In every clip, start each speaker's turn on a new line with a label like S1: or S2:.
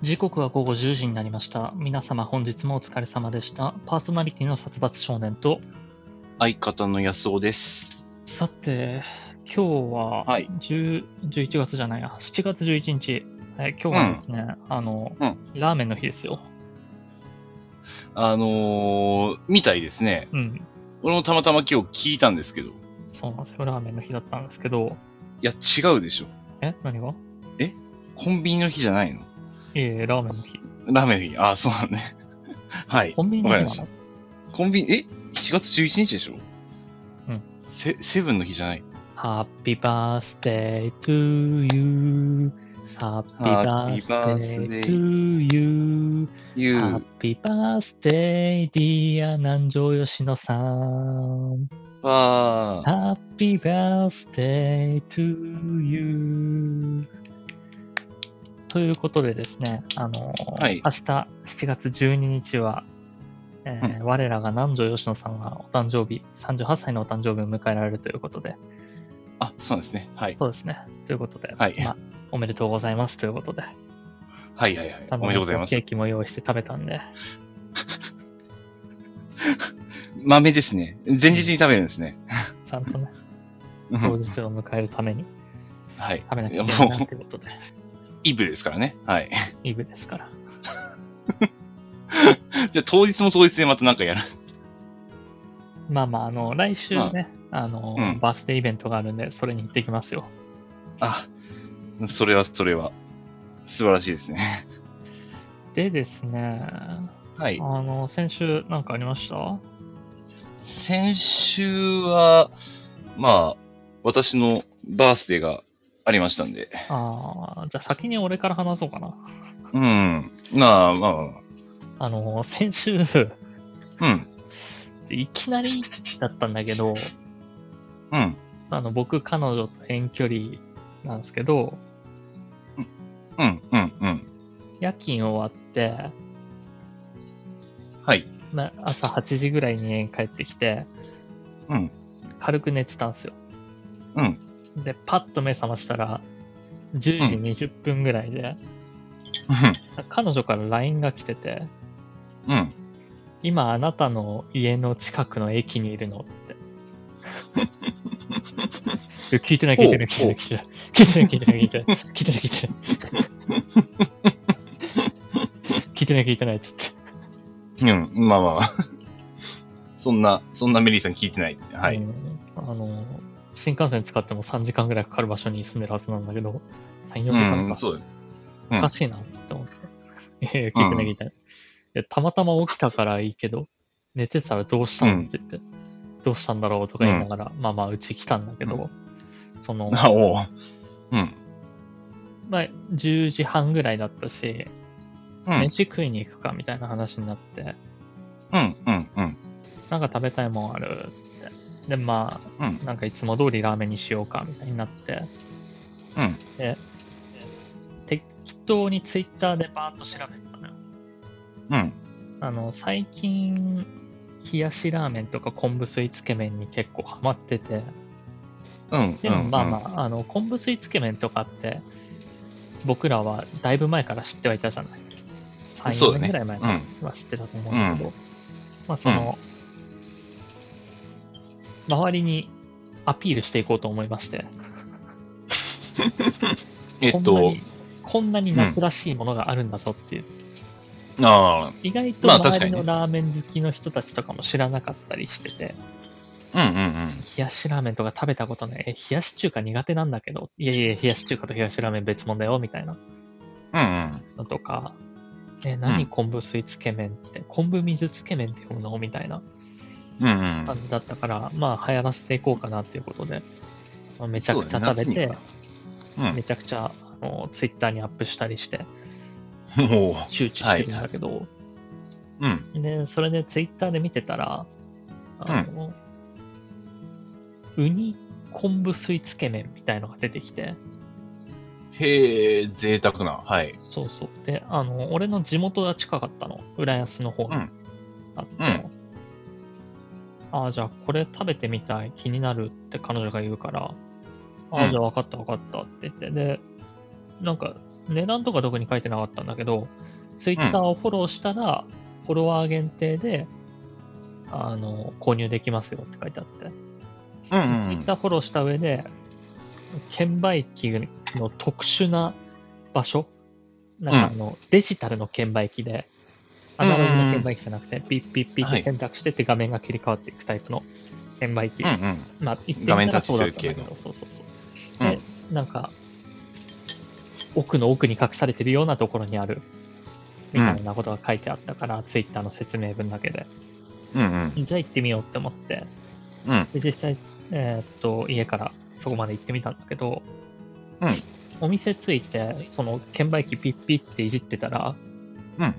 S1: 時刻は午後10時になりました。皆様本日もお疲れ様でした。パーソナリティの殺伐少年と、
S2: 相方の安尾です。
S1: さて、今日は、
S2: はい
S1: 10 11月じゃないや、7月11日、えー今日はですね、あの、
S2: うん
S1: ラーメンの日ですよ。
S2: あのー、みたいですね。
S1: うん、
S2: 俺もたまたま今日聞いたんですけど。い
S1: そうなんですよ。ラーメンの日だったんですけど、
S2: や、違うでしょ。
S1: え、何が
S2: コンビニの日じゃないの
S1: いえいえ、ラーメンの日。
S2: ラーメンの日。ああ、そうなんね。 はい。
S1: コンビニの
S2: わかり
S1: 日
S2: ま
S1: な
S2: した
S1: の。
S2: コンビニ、え ?7 月11日でしょ
S1: うん。
S2: セ、セブンの日じゃない。
S1: ハッピーバースデートゥーユー。ハッピーバースデートゥーユー。
S2: い
S1: ハッ
S2: う、
S1: ピーバースデー、ディア南條吉野さん。
S2: あー
S1: ハッピーバースデー to you。ということでですね、あのー
S2: はい
S1: 明日7月12日は、えー我らが南條吉野さんがお誕生日、38歳のお誕生日を迎えられるということで、
S2: あ、そうなんですね。はい。
S1: そうですね。ということで、
S2: はい
S1: まあ、おめでとうございますということで、
S2: はいはいはい
S1: ちゃ。ん
S2: おめでとうございま
S1: ケー
S2: す。
S1: キも用意して食べたんで、
S2: 豆ですね。前日に食べるんですね。
S1: ちゃんと ね、
S2: うん
S1: 当日を迎えるために
S2: はい。
S1: 食べなきゃいけない
S2: も
S1: な
S2: う
S1: っ、てことで、
S2: イブですからね。はい。
S1: イブですから。
S2: じゃあ当日も当日でまたなんかやる。
S1: まあまあ、あの、来週ね、あの、
S2: うん
S1: バースデーイベントがあるんで、それに行ってきますよ。
S2: あ、それはそれは。素晴らしいですね。
S1: でですね、
S2: はい
S1: あ。の、先週なんかありました
S2: 先週は、まあ、私のバースデーがありましたんで。
S1: ああ、じゃあ先に俺から話そうかな。
S2: うん。まあまあま
S1: あの、先週、
S2: あ。うん。
S1: いきなりだったんだけど、
S2: うん。
S1: あの、僕、彼女と遠距離なんですけど、
S2: うん。うん。うん。
S1: 夜勤終わって、
S2: はい。
S1: ま朝8時ぐらいに家に帰ってきて、
S2: うん。
S1: 軽く寝てたんですよ。
S2: うん。
S1: で、パッと目覚ましたら、10時20分ぐらいで、彼女から LINE が来てて、
S2: うん。うん。
S1: 今あなたの家の近くの駅にいるのっ て。いや聞いてない聞いてない聞いてない聞いてない聞いてない聞いてない聞いてない聞いてない聞いてない聞いてない聞いてないっつって。
S2: うん。まあまあま あ。そんな、そんなメリーさん聞いてない。は
S1: う
S2: い。
S1: んあの、新幹線使っても3時間ぐらいかかる場所に住んでるはずなんだけど、3、4時
S2: う
S1: 間
S2: ん。
S1: か。
S2: そうだよ。
S1: おかしいなって思って。いやいや聞いてない聞いてない。いやたまたま起きたからいいけど、寝てたらどうしたのって言って、どうしたんだろうとか言いながら、まあまあ、うち来たんだけど、その、
S2: あ、おう。うん。
S1: まあ、10時半ぐらいだったし、
S2: うん。
S1: 飯食いに行くかみたいな話になって、
S2: うん。うん。うん。
S1: なんか食べたいもんあるって。で、ま
S2: うん
S1: あ、なんかいつも通りラーメンにしようかみたいになって、
S2: うん。
S1: で、適当にツイッターでバーッと調べてたのよ。
S2: うん。
S1: あの、最近、冷やしラーメンとか昆布水つけ麺に結構ハマってて、
S2: うん。
S1: でもまあまあ、あの、昆布水つけ麺とかって、僕らはだいぶ前から知ってはいたじゃない。
S2: そう
S1: 3、4
S2: だね
S1: 年ぐらい前からは知ってたと思うんだけど、まあその、周りにアピールしていこうと思いまして、
S2: え
S1: こ
S2: っ
S1: んな
S2: と
S1: に、、こんなに夏らしいものがあるんだぞっていう、
S2: あ
S1: 意外と
S2: まあ確
S1: 周
S2: か
S1: り
S2: にね
S1: のラーメン好きの人たちとかも知らなかったりしてて、
S2: あ、うんうん
S1: 冷やしラーメンとか食べたことない。え、冷やし中華苦手なんだけど。いやいや、冷やし中華と冷やしラーメン別物だよ、みたいな
S2: うん。うん
S1: のとか。え、何昆布水つけ麺って、昆布水つけ麺って読むのみたいな
S2: うん。うんうん。
S1: 感じだったから、まあ流行らせていこうかなっていうことで、まあめちゃくちゃ
S2: そう
S1: 食べ
S2: だね
S1: て、
S2: 夏
S1: め
S2: に
S1: ちゃくちゃあのツイッターにアップしたりして、
S2: はうん。おう
S1: 周知してるんだけど、
S2: うん。
S1: で、それでツイッターで見てたら、あの、ウニ昆布水つけ麺みたいのが出てきて、
S2: へえ、贅沢な。はい。
S1: そうそう。で、あの、俺の地元が近かったの。浦安の方に
S2: うん
S1: あって。
S2: うん
S1: ああ、じゃあこれ食べてみたい。気になるって彼女が言うから。あ
S2: う
S1: あ、
S2: ん
S1: じゃあ分かった分かったって言って。で、なんか値段とか特に書いてなかったんだけど、ツイッターをフォローしたら、フォロワー限定で、あの、購入できますよって書いてあって。
S2: うんうんうん。
S1: ツイッターフォローした上で、券売機の特殊な場所、なんかあの、デジタルの券売機で、アナログの券売機じゃなくて、ピッピッピッっ
S2: は
S1: て
S2: い
S1: 選択してって画面が切り替わっていくタイプの券売機。
S2: うんうん。
S1: まあ、一
S2: 画
S1: 点
S2: 面
S1: から
S2: タッチ
S1: そう
S2: す
S1: だっ
S2: る
S1: たんだけ
S2: 系
S1: ど、
S2: の
S1: そうそうそう。
S2: う
S1: で
S2: ん。
S1: なんか、奥の奥に隠されてるようなところにある、みたいなことが書いてあったから、ツイッターの説明文だけで。
S2: うんうん。
S1: じゃあ行ってみようって思って、
S2: うん。
S1: で実際、えーっと家からそこまで行ってみたんだけど、
S2: うん
S1: お店着いてその券売機ピッピッっていじってたら、
S2: うん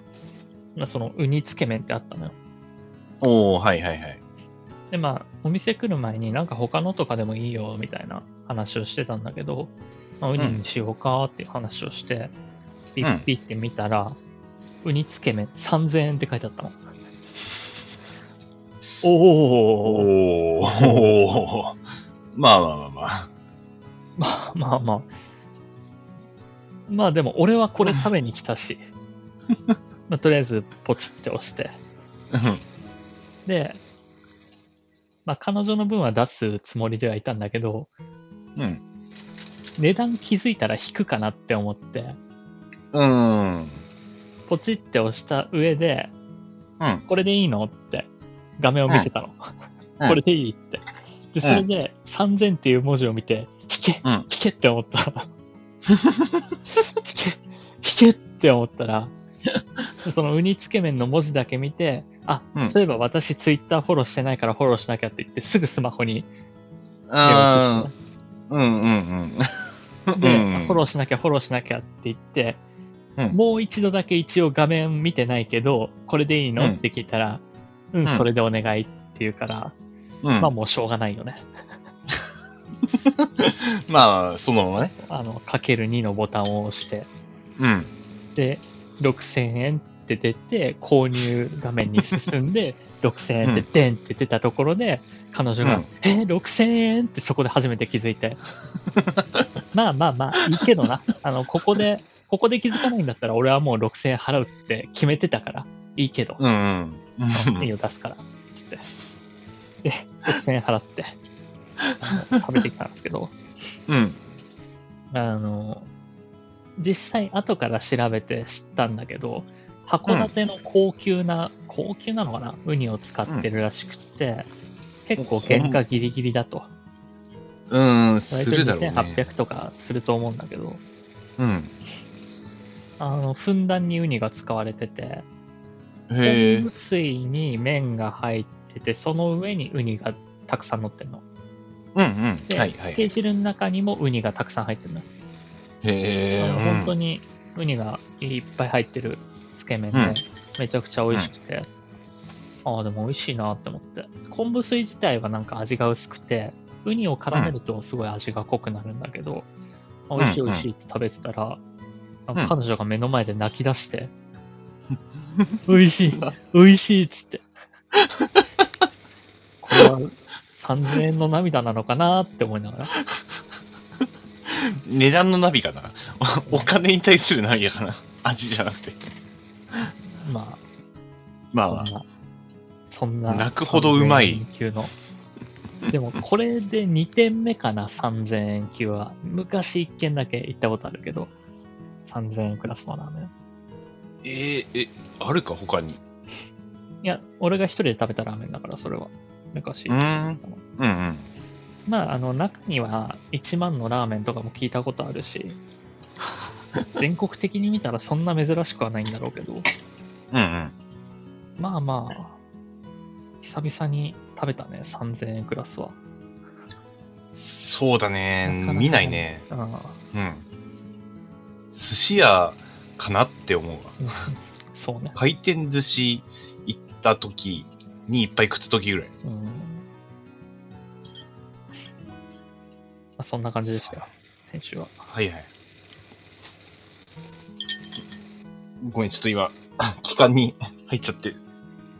S1: まあそのウニつけ麺ってあったのよ
S2: おー、はいはいはい。
S1: でまあお店来る前になんか他のとかでもいいよみたいな話をしてたんだけど、まあウニにしようかっていう話をして、ピッピッって見たらウニつけ麺3000円って書いてあったのおお
S2: おー、おー。まあまあまあまあ。
S1: まあ まあまあ。まあでも俺はこれ食べに来たし。まあ、とりあえずポチって押して。
S2: うん
S1: で、まあ彼女の分は出すつもりではいたんだけど、
S2: うん。
S1: 値段気づいたら引くかなって思って、
S2: うん。
S1: ポチって押した上で、
S2: うん。
S1: これでいいのって画面を見せたの。
S2: うん
S1: これでいいって。で、それで3000っていう文字を見て、引け、
S2: うん
S1: 引けって思った。 引け、引けって思った ら、そのウニつけ麺の文字だけ見て、あ、
S2: うん
S1: そういえば私ツイッターフォローしてないからフォローしなきゃって言って、すぐスマホに目を移した
S2: あ
S1: の
S2: ー。うんうんうん。
S1: で、
S2: うん
S1: あフォローしなきゃ、フォローしなきゃって言って、
S2: うん
S1: もう一度だけ一応画面見てないけど、これでいいの、
S2: うん
S1: って聞いたら、うん、
S2: ん
S1: それでお願いって言うから、
S2: うん
S1: まあもうしょうがないよね。
S2: まあ、そのままね。
S1: そうあの、かける2のボタンを押して、
S2: うん。
S1: で、6000円って出て、購入画面に進ん で、6000円ってデンって出たところで、彼女が、
S2: うん
S1: え、6000円ってそこで初めて気づい て、まあまあまあ、いいけどな、あの、ここで、ここで気づかないんだったら、俺はもう6000円払うって決めてたから、いいけど、
S2: うんうん。
S1: いいよ、出すから、つって。で、6000円払って、あの食べてきたんですけど、
S2: うん。
S1: あの、実際後から調べて知ったんだけど、函館の高級な、高級なのかなウニを使ってるらしくって、結構原価ギリギリだと。
S2: うん、す
S1: 割と
S2: るだろうね。
S1: 2800とかすると思うんだけど、
S2: うん。
S1: あの、ふんだんにウニが使われてて、
S2: へえ
S1: 昆布。水に麺が入ってて、その上にウニがたくさん乗ってるの。
S2: うんう
S1: で、
S2: ん。はいは
S1: つ
S2: い。
S1: け
S2: へ
S1: 汁の中にもウニがたくさん入ってるの。
S2: え。
S1: あの本当
S2: に。
S1: にウニがいっぱい入ってるつけ麺で、
S2: うん
S1: めちゃくちゃ美味しくて、ああでも美味しいなって思って昆布水自体はなんか味が薄くてウニを絡めるとすごい味が濃くなるんだけど、あ美味しい
S2: うん
S1: 美
S2: うん
S1: 味しいって食べてたら、
S2: ん
S1: なんか彼女が目の前で泣き出 して、美味しい美味しいっつっ てこれは3000円の涙なのかなって思いながら
S2: 値段のナビかな。 お金に対するナビかな。 味じゃなくて。
S1: まあ
S2: ま
S1: そんな。そんな
S2: 泣くほどうまい
S1: 3000円級の。でも、これで2点目かな、3000円級は。昔1軒だけ行ったことあるけど、3000円クラスのラーメン。
S2: あ。えー、え、あるか他に。
S1: いや、俺が一人で食べたラーメンだから、それは。昔。
S2: うーん。うんうん。
S1: まあ、あの、中には1万のラーメンとかも聞いたことあるし、全国的に見たらそんな珍しくはないんだろうけど、
S2: うん
S1: まあまあ、久々に食べたね、3000円クラスは。
S2: うん。そうだね
S1: なかなか。ね
S2: 見ないね。
S1: うん。
S2: うん。寿司屋かなって思うわ。
S1: うんそうね。
S2: 回転寿司行った時にいっぱい食った時ぐらい。
S1: うんまあ、そんな感じでしたよ、先週は。
S2: はいはい。ごめん、ちょっと今、期間に入っちゃって。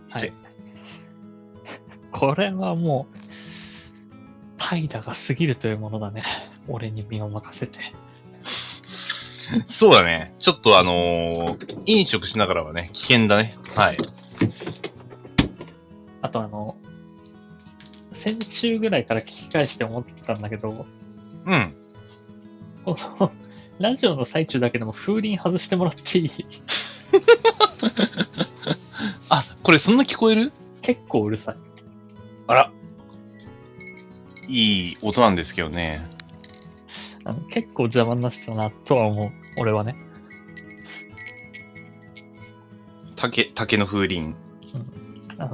S1: はい。 これはもう、怠惰が過ぎるというものだね。俺に身を任せて。
S2: そうだね。ちょっとあのー飲食しながらはね、危険だね。はい。
S1: あとあの、先週ぐらいから聞き返して思ってたんだけど、
S2: うん。
S1: この、ラジオの最中だけでも風鈴外してもらってい い
S2: あ、これそんな聞こえる
S1: 結構うるさい。
S2: あら。いい音なんですけどね。
S1: あの結構邪魔になってたなとは思う。俺はね。
S2: 竹、竹の風鈴。
S1: あの、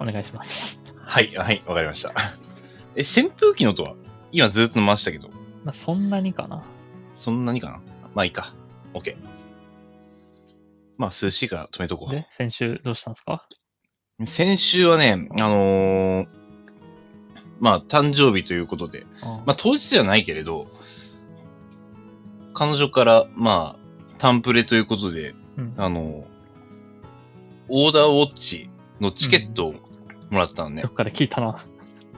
S1: お願いします。
S2: はい、はい、わかりました。え、扇風機の音は今ずっと回したけど、
S1: まあ、そんなにかな。
S2: そんなにかなまあいいか。OK。まあ涼しいから止めとこう。
S1: で、先週どうしたんですか
S2: 先週はね、あのーまあ誕生日ということで、
S1: うん
S2: まあ当日じゃないけれど、彼女から、まあ、タンプレということで、
S1: うん
S2: あのーオーダーウォッチのチケットをもらったんね
S1: ど。っかで聞いた な。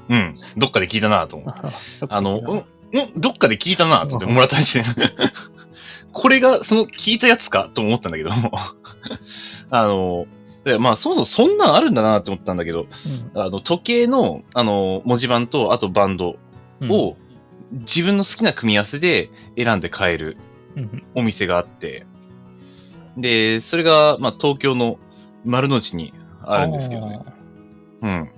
S2: うん、どっかで聞いたな と思って。あの、うん、うん、どっかで聞いたな、と思ってもらったりして、 これが、その、聞いたやつかと思ったんだけども、 あの、でまあ、そもそもそんなんあるんだなって思ったんだけど、あの、時計の、あの、文字盤と、あとバンド
S1: うん、
S2: を、自分の好きな組み合わせで選んで買える
S1: うん、
S2: お店があって、で、それが、まあ、東京の丸の内にあるんですけどね。うん。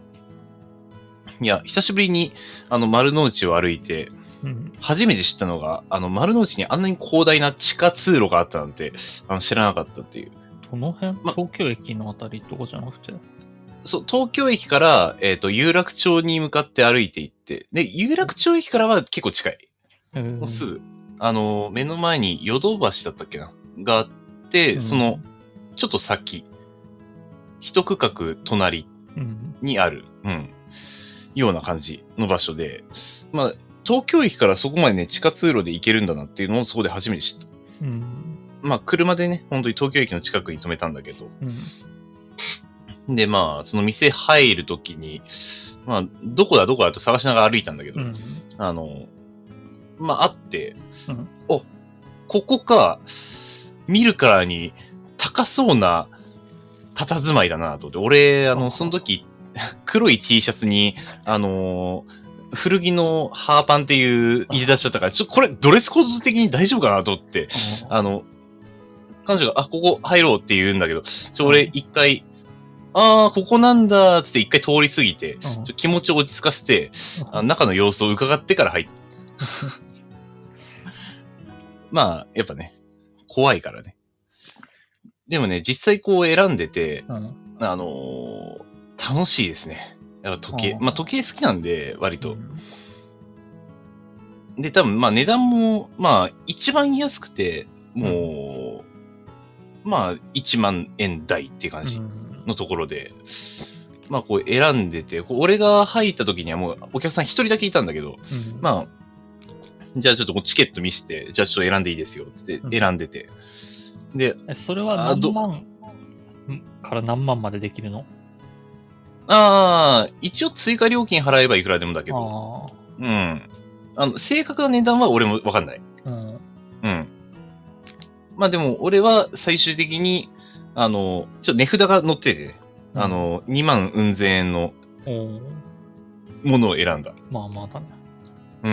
S2: いや、久しぶりに、あの、丸の内を歩いて、
S1: あー。うん、
S2: 初めて知ったのが、あの、丸の内にあんなに広大な地下通路があったなんて、あの、知らなかったっていう。
S1: どの辺
S2: ま
S1: 東京駅のあたりとかじゃなくて。
S2: そう、東京駅から、えっ、と、有楽町に向かって歩いて行って、で、有楽町駅からは結構近い。
S1: うん
S2: もうすぐ。あの、目の前にヨドバシだったっけながあって、その、、ちょっと先、一区画隣
S1: うん
S2: にある、うん、ような感じの場所で、まあ、東京駅からそこまでね、地下通路で行けるんだなっていうのをそこで初めて知った。
S1: うん
S2: まあ、車でね、本当に東京駅の近くに止めたんだけど、
S1: うん
S2: で、まあ、その店入るときに、まあ、どこだどこだと探しながら歩いたんだけど、
S1: うん
S2: あの、まあ、あって、
S1: うん
S2: お、ここか、見るからに高そうな佇まいだなと思って、俺、あの、その時、 黒い T シャツに、あの古着のハーパンっていう入れ出しちゃったから、ちょ、これドレスコード的に大丈夫かなと思って、あの、彼女が、あ、ここ入ろうって言うんだけど、ちょ、俺
S1: うん
S2: 一回、ああ、ここなんだーっつって一回通り過ぎて、
S1: うん
S2: ちょ気持ちを落ち着かせて、あ中の様子を伺ってから入った。まあ、やっぱね、怖いからね。でもね、実際こう選んでて、
S1: うん
S2: あのー楽しいですね。やっぱ時計、
S1: うん
S2: まあ時計好きなんで、割と
S1: う。ん
S2: で、多分、まあ値段も、まあ、一番安くて、もう、まあ、1万円台っていう感じのところで、まあ、こう選んでて、こう俺が入った時にはもう、お客さん一人だけいたんだけど、
S1: うん
S2: まあ、じゃあちょっとこうチケット見せて、じゃあちょっと選んでいいですよ、つって
S1: うん
S2: 選んでて。で、
S1: えそれは
S2: あど
S1: 何万から何万までできるの
S2: ああ、一応追加料金払えばいくらでもだけど、
S1: あ
S2: うん。あの、正確な値段は俺もわかんない。
S1: あ、うん。
S2: うん。まあでも、俺は最終的に、あの、ちょっと値札が載っててね、あ、の、2万うん千円の
S1: おー
S2: ものを選んだ。
S1: まあまあだね。
S2: う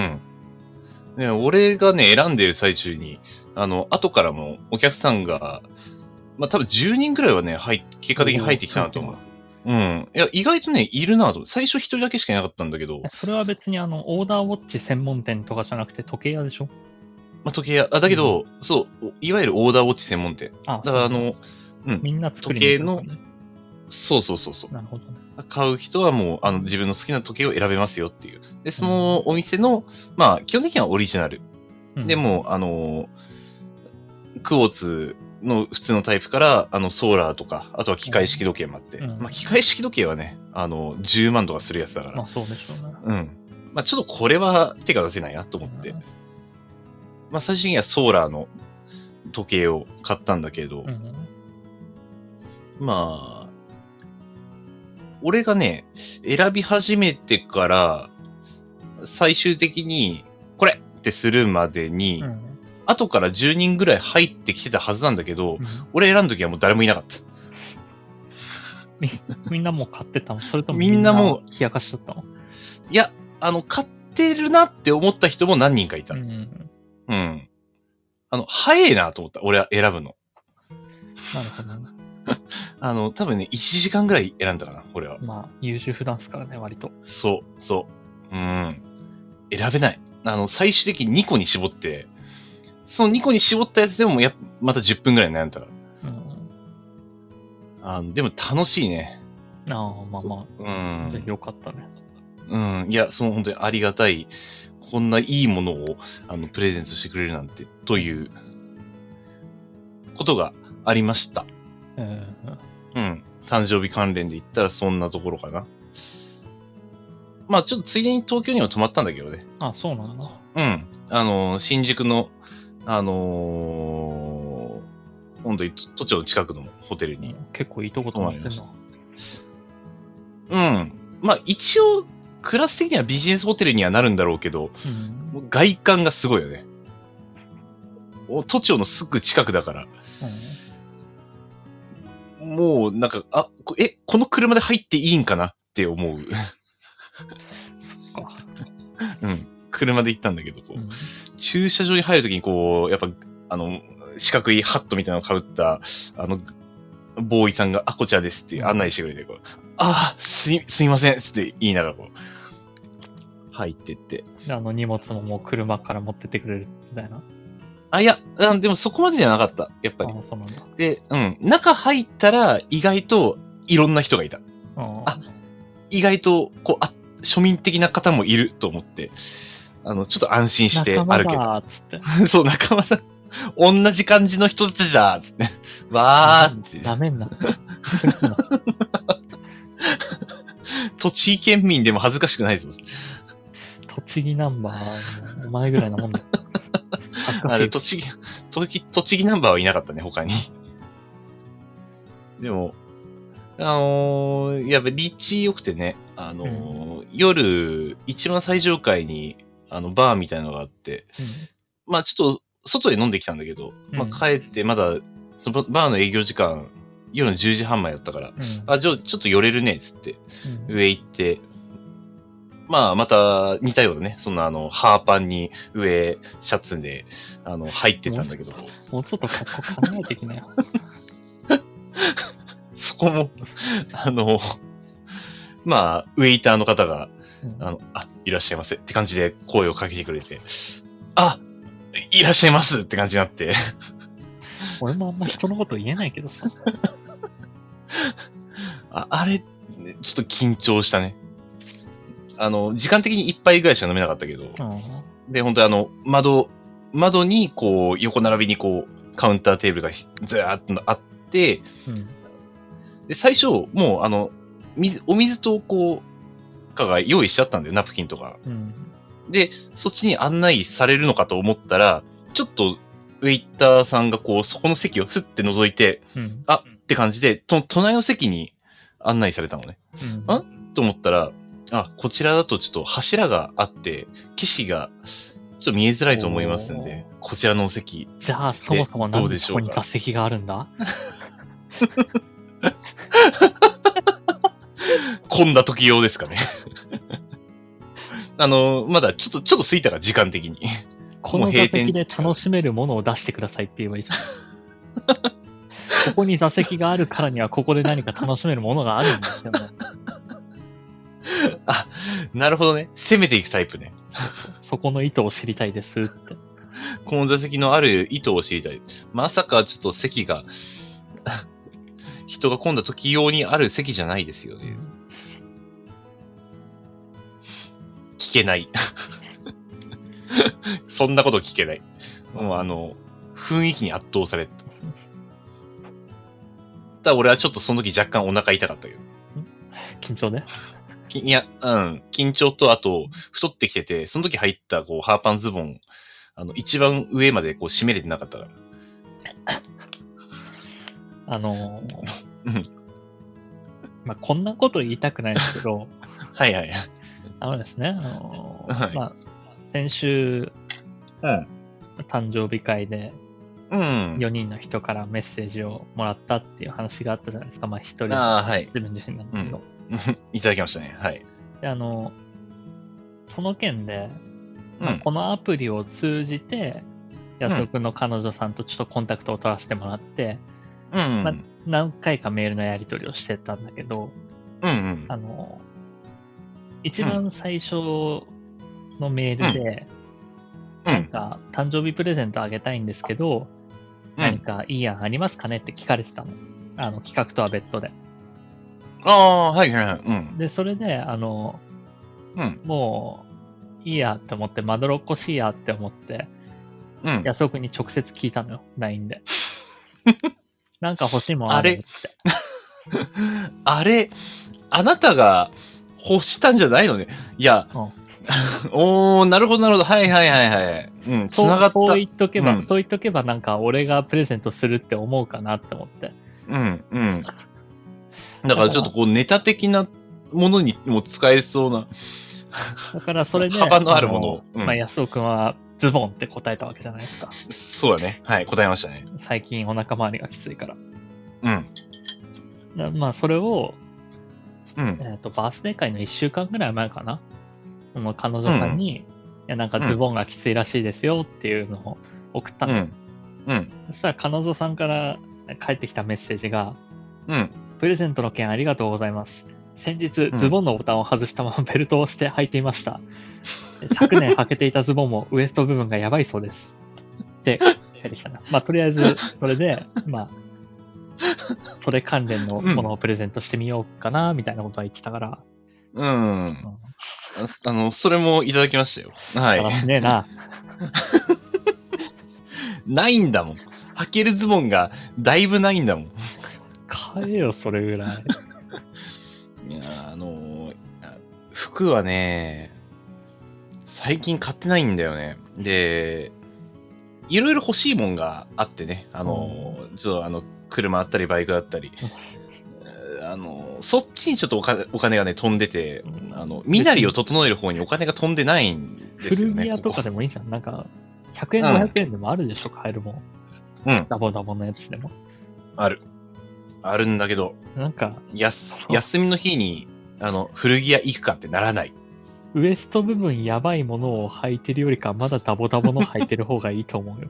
S2: ん。ね、俺がね、選んでる最中に、あの、後からもお客さんが、まあ多分10人くらいはね、入っ結果的に入ってきたなと思う。うん。いや、意外とね、いるなと。最初一人だけしかいなかったんだけど
S1: え、それは別にあの、オーダーウォッチ専門店とかじゃなくて時計屋でしょ
S2: まあ時計屋、あ、だけど、そう、いわゆるオーダーウォッチ専門店。
S1: あ
S2: だからあ、
S1: そう
S2: の、
S1: みんな作りに行くんだね
S2: そうそうそうそう。
S1: なるほどね。
S2: 買う人はもう、あの、自分の好きな時計を選べますよっていう。で、そのお店の、まあ、基本的にはオリジナル。
S1: うん
S2: で、も、あの、クォーツの普通のタイプから、あの、ソーラーとか、あとは機械式時計もあって、
S1: うん
S2: まあ、機械式時計はね、あの、10万とかするやつだから、
S1: まあそうでしょうね。
S2: うん。まあ、ちょっとこれは手が出せないなと思って、
S1: うん
S2: まあ、最終的にはソーラーの時計を買ったんだけど、
S1: うん
S2: まあ、俺がね、選び始めてから、最終的に、これってするまでに、
S1: うん
S2: 後から10人ぐらい入ってきてたはずなんだけど、
S1: うん
S2: 俺選んだ時はもう誰もいなかった。
S1: みんなもう買ってたのそれとも
S2: みんなもう
S1: 冷やかしちゃったの
S2: いや、あの、買ってるなって思った人も何人かいた。
S1: う
S2: うん。
S1: ん。
S2: あの、早いなと思った。俺は選ぶの。
S1: なるほどね。
S2: あの、多分ね、1時間ぐらい選んだかな、俺は。
S1: まあ、優柔不断ですからね、割と。
S2: そう、そう。うん。選べない。あの、最終的に2個に絞って、その2個に絞ったやつでもやっ、また10分ぐらい悩んだから。
S1: うん。
S2: あの、でも楽しいね。
S1: ああ、まあま
S2: う
S1: あ、
S2: ん。
S1: じゃあよかったね。
S2: うん。いや、その本当にありがたい。こんないいものを、あの、プレゼントしてくれるなんて、という、ことがありました。
S1: うん。
S2: うん。誕生日関連で言ったらそんなところかな。まあ、ちょっとついでに東京にも泊まったんだけどね。
S1: あ、そうなんだ。
S2: うん。あのー、新宿の、あのー、本当に都都庁の近くのホテルに。
S1: 結構いいとことまってんな。
S2: そううん。まあ一応、クラス的にはビジネスホテルにはなるんだろうけど、
S1: うん。
S2: もう外観がすごいよね。お都庁のすぐ近くだから、
S1: う
S2: もうなんか、あ、こえ、この車で入っていいんかなって思う。
S1: ん。そっか。
S2: うん。車で行ったんだけど、こ
S1: う
S2: う
S1: ん。
S2: 駐車場に入るときにこう、やっぱ、あの、四角いハットみたいなのをかぶった、あの、ボーイさんが、あ、こちらですって案内してくれて、こう、ああ、すい、すいませんっつって言いながらこう、入ってって。
S1: であの荷物ももう車から持ってってくれるみたいな。
S2: あ、いや、うん、でもそこまでじゃなかった、やっぱり
S1: あ。あ、そうなんだ。
S2: で、うん、中入ったら意外といろんな人がいた。
S1: あ
S2: 意外と、こう、あ、庶民的な方もいると思って、あの、ちょっと安心して
S1: 仲間
S2: 歩けた。
S1: だーっつって。
S2: そう、仲間だ。同じ感じの人たちだ つって。わーって。
S1: ダメんな。 それすな。
S2: 栃木県民でも恥ずかしくないぞ。
S1: 栃木ナンバー、お前ぐらいなもん だ。恥ずか
S2: あ
S1: し
S2: れ、
S1: い。
S2: 栃木、栃木、栃木ナンバーはいなかったね、他に。でも、あのー、やっぱ立地良くてね、あのー夜、一番最上階に、あの、バーみたいなのがあって、まあちょっと、外で飲んできたんだけど、ま
S1: うん
S2: あ帰って、まだ、そのバーの営業時間、夜の10時半前だったから、
S1: うんうん
S2: あ、じゃあちょっと寄れるね、つって。
S1: うん
S2: 上行って、まあ、また似たようなね、そのあの、ハーパンに上、シャツで、あの、入ってたんだけど、
S1: もうちょっと格好考えていきなよ。
S2: そこも、 あの、まあ、ウェイターの方が、
S1: うん
S2: あの、あ、いらっしゃいませって感じで声をかけてくれて、あ、いらっしゃいますって感じになって、
S1: 俺もあんま人のこと言えないけどさ。
S2: ああれ、ちょっと緊張したね。あの、時間的に一杯ぐらいしか飲めなかったけど、
S1: うん
S2: で、本当にあの、窓、窓にこう、横並びにこう、カウンターテーブルがひずらーっとあって、
S1: うん
S2: で、最初、もうあの、水お水とこう、かが用意しちゃったんだよ、ナプキンとか。
S1: うん
S2: で、そっちに案内されるのかと思ったら、ちょっと、ウェイターさんがこう、そこの席をスッて覗いて、
S1: うん
S2: あって感じで、と、隣の席に案内されたのね。
S1: うん
S2: あと思ったら、あ、こちらだとちょっと柱があって、景色がちょっと見えづらいと思いますんで、こちらのお席。
S1: じゃあ、そもそも
S2: ど
S1: な
S2: うんで
S1: で
S2: し
S1: そ
S2: ょう
S1: こ
S2: か
S1: に座席があるんだ
S2: 混んだ時用ですかね。 あの、まだちょっと、ちょっと空いたから、時間的に。
S1: こ
S2: もう
S1: の
S2: 閉
S1: 座
S2: 店
S1: 席で楽しめるものを出してくださいって言えばいいじゃん。ここに座席があるからには、ここで何か楽しめるものがあるんですよ、もう
S2: あ、なるほどね。攻めていくタイプね。
S1: そこの意図を知りたいですって。
S2: この座席のある意図を知りたい。まさかちょっと席が、 人が混んだ時用にある席じゃないですよね。聞けない。 そんなこと聞けない。もうあの、雰囲気に圧倒された。ただ俺はちょっとその時若干お腹痛かったけど。
S1: 緊張ね。
S2: きいや、うん。緊張と、あと、太ってきてて、その時入った、こう、ハーパンズボン、あの、一番上まで、こう、締めれてなかったから。
S1: あのー
S2: うん
S1: まあ、こんなこと言いたくないんですけ ど、
S2: はいはいはい。
S1: あのですね、あのー
S2: はい
S1: まあ、先週、
S2: うん。
S1: 誕生日会で
S2: うん。
S1: 4人の人からメッセージをもらったっていう話があったじゃないですか。まあ一人、
S2: ああ、はい。
S1: 自分自身なんだけど。
S2: いただきましたね。はい。
S1: で、あの、その件で、
S2: う
S1: まあ
S2: ん。
S1: このアプリを通じて、安尾くんの彼女さんとちょっとコンタクトを取らせてもらって、
S2: うん。
S1: まあ何回かメールのやり取りをしてたんだけど、
S2: うん
S1: あの、一番最初のメールで、
S2: うん。うん。
S1: なんか、誕生日プレゼントあげたいんですけど、何かいい案ありますかねって聞かれてたの。あの、企画とは別途で。
S2: ああ、はいはいはい。うん。
S1: で、それで、あの、
S2: うん。
S1: もう、いいやって思って、まどろっこしいやって思って、
S2: うん。
S1: 安尾くんに直接聞いたのよ、LINE で。なんか欲しいもんある
S2: あれ あれ、あなたが欲したんじゃないのね。いや、
S1: うん
S2: おー、なるほどなるほど。はいはいはいはい。うん、つ
S1: そう
S2: ながった。
S1: そう言っとけば、
S2: うん
S1: そう言っとけばなんか俺がプレゼントするって思うかなって思って。
S2: うん、うん。だからちょっとこう、ネタ的なものにも使えそうな。
S1: だからそれで、
S2: 幅のあるものを
S1: あの
S2: うん
S1: まあ、安尾くんはズボンって答えたわけじゃないですか。
S2: そうだね。はい、答えましたね。
S1: 最近お腹周りがきついから。
S2: うん。
S1: なまあ、それを、
S2: うん
S1: え。ーと、バースデー会の1週間ぐらい前かな。その彼女さんに、いやなんかズボンがきついらしいですよっていうのを送った
S2: う
S1: の。
S2: ん。うん。
S1: そしたら彼女さんから返ってきたメッセージが、
S2: うん。
S1: プレゼントの件ありがとうございます。先日
S2: う、ん
S1: ズボンのボタンを外したま まベルトをして履いていました。昨年履けていたズボンもウ エスト部分がやばいそうです。って返ってきたな。まあ、とりあえず、それ で、まあ、それ関連のものをプレゼントしてみようかな、みたいなことは言ってたから、
S2: うん。あの、それもいただきましたよ。は
S1: だ
S2: い
S1: ら。しねえな。
S2: ないんだもん。履けるズボンがだいぶないんだもん。
S1: 買えよ、それぐらい。
S2: いやーあのーあ服はね、最近買ってないんだよね。で、いろいろ欲しいもんがあってね、あのーちょっとあの、車あったり、バイクだったり、えーあのーそっちにちょっとお金お金がね、飛んでて、あの、身なりを整える方にお金が飛んでないんですよ
S1: 古
S2: ね。
S1: 着屋とかでもいいじゃん。なんか、100円、500円でもあるでしょ、買えるもん。
S2: うん
S1: ダボダボのやつでも。
S2: ある。あるんだけど、
S1: なんか、
S2: やす休みの日に、あの、古着屋行くかってならない。
S1: ウエスト部分やばいものを履いてるよりか、まだダボダボの履いてる方がいいと思う よ。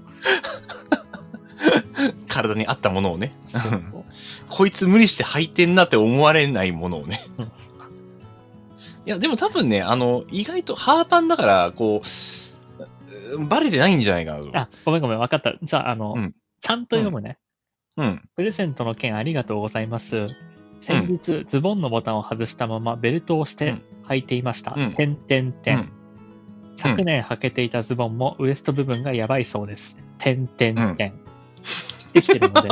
S2: 体に合ったものをね。
S1: そうそう。
S2: こいつ無理して履いてんなって思われないものをね
S1: うん。
S2: いや、でも多分ね、あの、意外とハーパンだから、こううん、バレてないんじゃないかなと。
S1: あ、ごめんごめん、わかった。じゃあ、あの、
S2: うん
S1: ちゃんと読むね。
S2: うん。
S1: プレゼントの件ありがとうございます。先日、ズボンのボタンを外したままベルトをして履いていました。
S2: うん
S1: てんてんて。
S2: うん
S1: 昨年履けていたズボンもウエスト部分がやばいそうです。てんてんてん。できてるの で、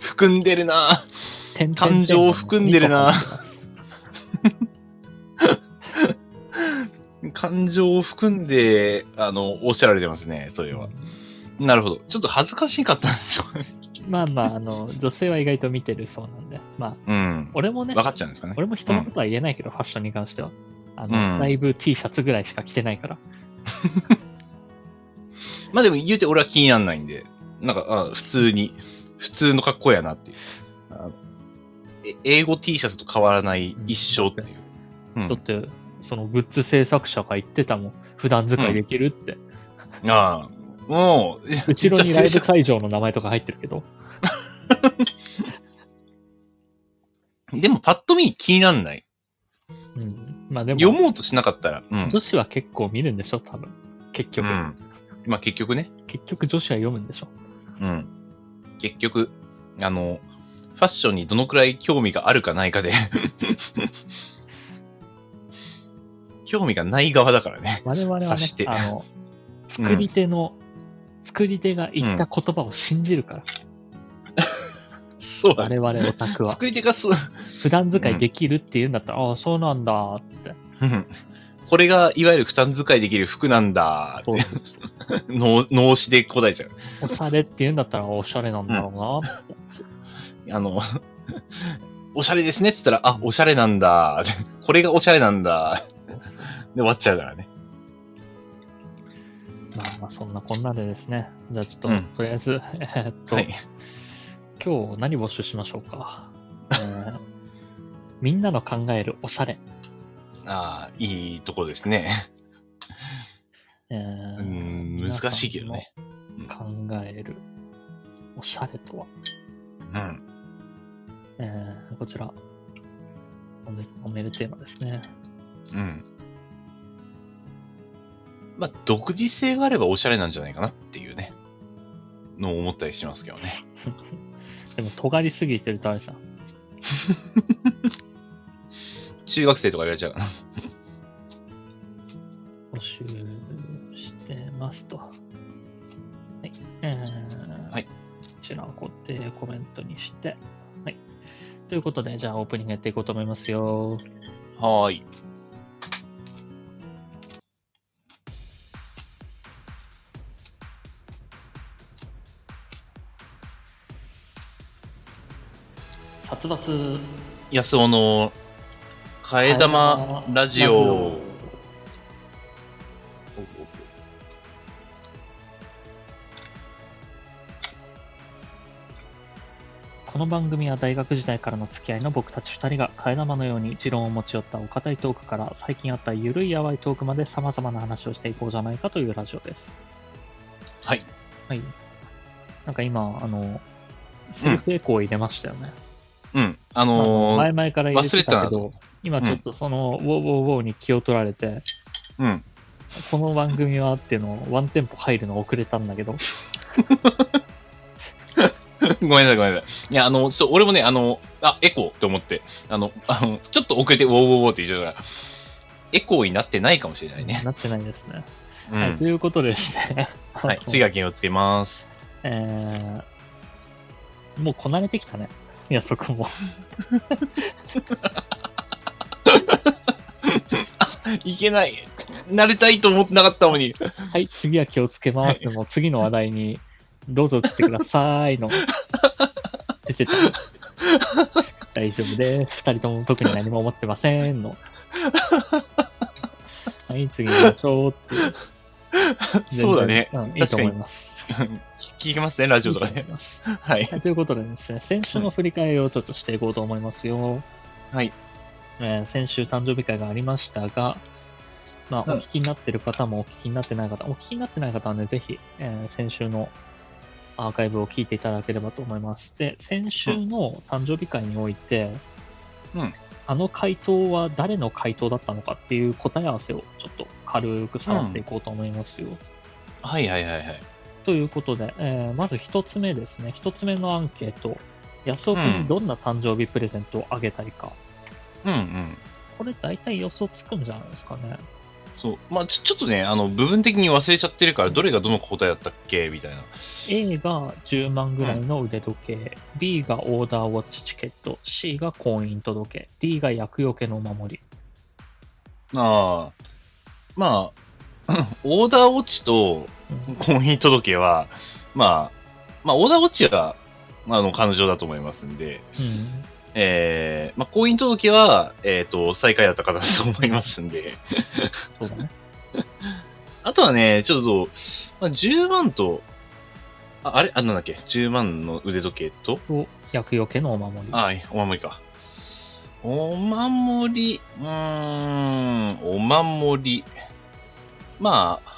S2: 含んでるなぁ
S1: てんてんてん
S2: 感情を含んでる
S1: 二
S2: な
S1: 個入ってます
S2: 感情を含んで、あの、おっしゃられてますね、それは。なるほど。ちょっと恥ずかしかったんでしょうね。
S1: まあまあ、あの、女性は意外と見てるそうなんで、まあ、
S2: うん。
S1: 俺もね、
S2: 分かっちゃうんですかね。
S1: 俺も人のことは言えないけど、ファッションに関しては。あ
S2: う
S1: の、
S2: ん
S1: だいぶ T シャツぐらいしか着てないから。
S2: まあでも言うて俺は気にならないんで、なんか、あ普通に、普通の格好やなっていう。あえ英語 T シャツと変わらない一生っていう。うん
S1: だって、そのグッズ制作者が言ってたもん。普段使いできるって。
S2: ああ、もう、
S1: 後ろにライ
S2: じ
S1: ブ
S2: ゃあ
S1: 会場の名前とか入ってるけど。
S2: でもパッと見気になんない。
S1: うん。まあで
S2: 読
S1: も、
S2: もうとしなかったら。うん。
S1: 女子は結構見るんでしょ、多分。結
S2: う
S1: 局。
S2: ん、まあ結局ね。
S1: 結局女子は読むんでしょ。
S2: うん。結局、あの、ファッションにどのくらい興味があるかないかで。興味がない側だからね。
S1: 我々はね
S2: 察し、て
S1: あの、作り手の、作り手が言った言葉を信じるから。
S2: そうだ
S1: 我
S2: ね。
S1: 々オタクは。
S2: 作り手がそう。
S1: 普段使いできるって言うんだったら、ああ、そうなんだって。
S2: うんこれがいわゆる負担使いできる服なんだって
S1: そうそうそう。
S2: 脳脳死で答えちゃう。
S1: おしゃれって言うんだったら、おしゃれなんだろうな。
S2: あの、 おしゃれですねっつったら、あ、おしゃれなんだ。 これがおしゃれなんだ。
S1: そうそう
S2: で終わっちゃうからね。
S1: まあまあ、そんなこんなでですね。じゃあちょっと、
S2: うん
S1: とりあえず、 えーっと、
S2: はい。
S1: 今日何募集しましょう か。えーみんなの考えるおしゃれ。
S2: ああ、いいとこですね。
S1: え
S2: う
S1: ー
S2: ーん、難しいけどね。。
S1: 皆さんの考えるおしゃれとは、
S2: うん。
S1: えーこちら、本日のメールテーマですね。
S2: うん。まあ、独自性があればおしゃれなんじゃないかなっていうね、のを思ったりしますけどね。
S1: でも、尖りすぎてるとあれさ、
S2: 中学生とか言われちゃうかな。
S1: 募集してますと。はい。えー
S2: はい
S1: こちらを固定コメントにして。はい。ということで、じゃあオープニングやっていこうと思いますよ。
S2: はーい。
S1: 殺伐。
S2: 安尾の替え玉ラジオ。
S1: この番組は大学時代からの付き合いの僕たち2人が替え玉のように持論を持ち寄ったお堅いトークから最近あったゆるいやわいトークまで様々な話をしていこうじゃないかというラジオです。
S2: はい。
S1: はい。なんか今、あの、セルフエコー入れましたよね。
S2: うん。あ
S1: あの
S2: の
S1: 前
S2: ー、
S1: 々から入れてたけど、今
S2: うん
S1: ちょっとその、ウォーウォーウォーに気を取られて、
S2: うん。
S1: この番組はっていうのをワンテンポ入るの遅れたんだけど、
S2: ごめんなさい、ごめんなさい。いや、あの、そう、俺もね、あの、あ、エコーって思って、あの、あのちょっと遅れて、ウォーウォーウォーって言っちゃうから、エコーになってないかもしれないね。
S1: なってないですね。
S2: うん。
S1: はい、ということでですね。
S2: はい、次
S1: は。
S2: が気をつけます。
S1: えー、もうこなれてきたね。いや、そこも。
S2: いけない。慣れたいと思ってなかったのに。
S1: はい、次は気をつけます。もう次の話題に、どうぞ移ってくださいの。出てた。大丈夫です。二人とも特に何も思ってません の。はい、次行きましょうっていう。
S2: そうだね。
S1: 全然うん、いいと思います。
S2: 聞きますね、ラジオとか
S1: いいと
S2: ね
S1: 思い。ます
S2: はい。
S1: はいということでですね、先週の振り返りをちょっとしていこうと思いますよ。
S2: はい。
S1: えー先週誕生日会がありましたが、まあ、
S2: うん
S1: お聞きになってる方もお聞きになってない方、お聞きになってない方はね、ぜひ、えー先週のアーカイブを聞いていただければと思います。で、先週の誕生日会において、
S2: うん
S1: あの回答は誰の回答だったのかっていう答え合わせをちょっと軽くさらっていこうと思いますよ。
S2: はいはいはいはい。
S1: ということで、えーまず一つ目ですね。一つ目のアンケート。安尾君
S2: う
S1: に
S2: ん
S1: どんな誕生日プレゼントをあげたいか。
S2: うんうん。
S1: これ大体予想つくんじゃないですかね。
S2: そう。まあちょ、ちょっとね、あの、部分的に忘れちゃってるから、どれがどの答えだったっけみたいな。
S1: A が10万ぐらいの腕時計、B がオーダーウォッチチケット、C が婚姻届け、D が厄除けのお守り。
S2: ああ。まあ、 オーダーウォッチと
S1: うん
S2: 婚姻届は、まあ、まあ、オーダーウォッチは、あの、彼女だと思いますんで、
S1: うん
S2: えー、まあ、婚姻届は、えっ、と、最下位だった方だと思いますんで、
S1: そう だね。
S2: あとはね、ちょっと、まあ、10万と、ああれあ、なんだっけ ?10 万の腕時計と、
S1: と、厄除けのお守り。
S2: あ、いお守りか。お守り、うーん、お守り。まあ、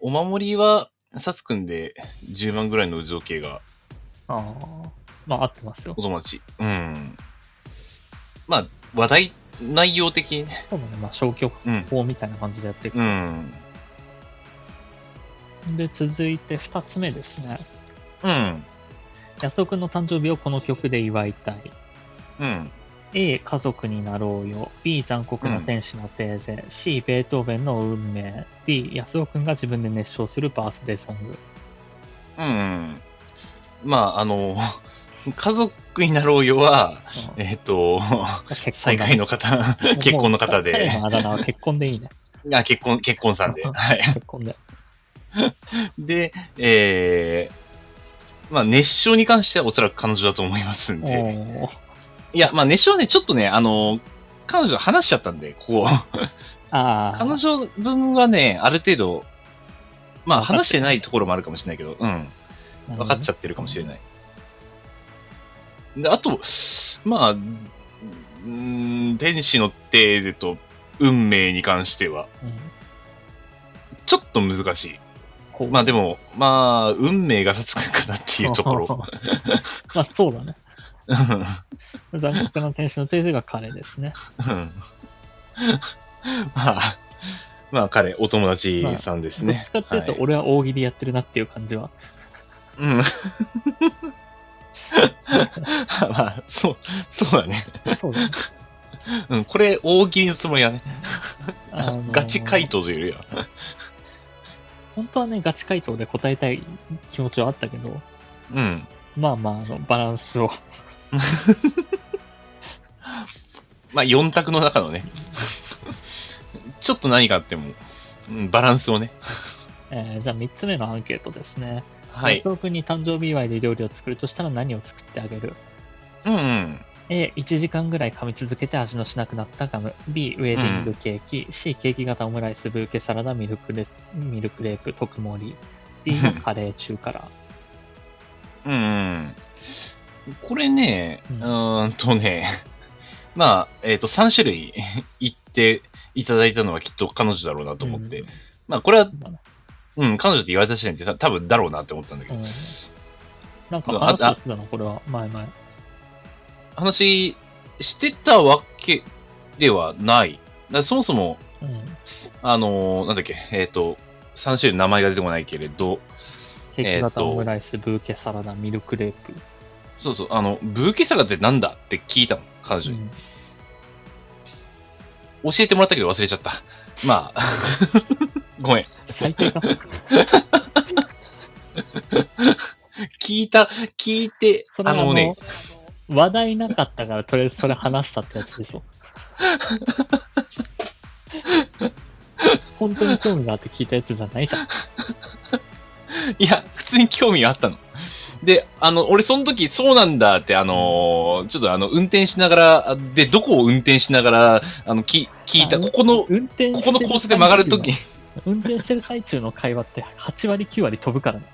S2: お守りは、さつくんで10万ぐらいの腕時計が
S1: あーまあ、合ってますよ
S2: お。友達。うん。まあ、話題、内容的にね。
S1: そうだね。まあ、消去
S2: うん。
S1: 法みたいな感じでやっていく。
S2: うん。
S1: で、続いて二つ目ですね。
S2: うん。
S1: 安尾君の誕生日をこの曲で祝いたい。
S2: うん。
S1: A、家族になろうよ。B、残酷な天使のテーゼ。C、ベートーベンの運命。D、安尾くんが自分で熱唱するバースデーソング。
S2: うん。まあ、あの、 家族になろうよは、
S1: うん
S2: えっ、 と、
S1: 結
S2: 最
S1: だ
S2: 下位の 方、結婚の方
S1: もう彼
S2: で。
S1: のあだ名は結婚でいい ね。
S2: あ、結婚、結婚さんで。はい。
S1: 結婚で。
S2: で、えー、まあ、熱唱に関してはおそらく彼女だと思いますん
S1: お
S2: で。
S1: ー
S2: いや、まあ、熱唱はね、ちょっとね、あの、彼女話しちゃったんで、ここ。
S1: ああ。
S2: 彼女分はね、ある程度、まあ
S1: 分かってる
S2: 話してないところもあるかもしれないけど、うん。分かっちゃってるかもしれない。であと、まあ、うーん天使のテールと運命に関しては、
S1: うん。うん
S2: ちょっと難し
S1: こ
S2: い。
S1: う
S2: まあでも、まあ、運命がさつくかなっていうところ。
S1: まあそうだね。
S2: うん
S1: 残酷な天使のテーゼが彼ですね。
S2: うんまあ、まあ彼、お友達さんです
S1: ど
S2: ね。
S1: っちかっていうと
S2: は、い
S1: 俺は大喜利やってるなっていう感じは。
S2: うん。 まあ、そう、 そうだね。
S1: そうだね。
S2: うん、これ、大喜利のつもりだね。
S1: あのー
S2: ガチ回答というよりは。
S1: 本当はね、ガチ回答で答えたい気持ちはあったけど、
S2: うん。
S1: まあまあ、あのバランスを。
S2: まあ、4択の中のね、 ちょっと何かあっても、うん、バランスをね。
S1: えーじゃあ3つ目のアンケートですね。
S2: はい。
S1: 安尾君に誕生日祝いで料理を作るとしたら何を作ってあげる
S2: うんうん。
S1: A、1時間ぐらい噛み続けて味のしなくなったガム。B、ウェディングケーキ。C、ケーキ型オムライス、ブーケサラダ、ミルクレミルクレープ、特盛り。D がカレー中辛。
S2: うんうん。これね、う
S1: うん
S2: ーんとね、 まあ、えっ、と、3種類 言っていただいたのはきっと彼女だろうなと思って。
S1: うん
S2: まあ、これは、
S1: まあね
S2: うん、彼女って言われた時点でた多分だろうなって思ったんだけ
S1: う
S2: ど、
S1: んなんか
S2: あ
S1: 話してたの、これは、前々。
S2: 話してたわけではない。だからそもそも、
S1: うん。
S2: あのーなんだっけ、えっ、と、3種類名前が出てこないけれど、
S1: ケー
S2: え
S1: キ
S2: ー
S1: 型
S2: と
S1: オムライス、ブーケサラダ、ミルクレープ。
S2: そうそう、あの、ブーケサラダってなんだって聞いたの、彼女
S1: う
S2: に。
S1: ん
S2: 教えてもらったけど忘れち ゃった。まあ、 ごめん。
S1: 最低か。
S2: 聞いた、聞いて、
S1: それ
S2: あ
S1: あの
S2: のね、
S1: 話題なかったから、とりあえずそれ話したってやつでしょ。本当に興味があって聞いたやつじゃないじゃん。
S2: いや、普通に興味があったの。で、あの、俺その時、そうなんだって、あのーちょっとあの、運転しながら、で、どこを運転しながら、あの、き聞いた、
S1: あ
S2: ここの、
S1: 運転
S2: こ
S1: して
S2: この
S1: る
S2: コースで曲がるとき
S1: 最中、の運転してる最中の会話って8割9割飛ぶからね。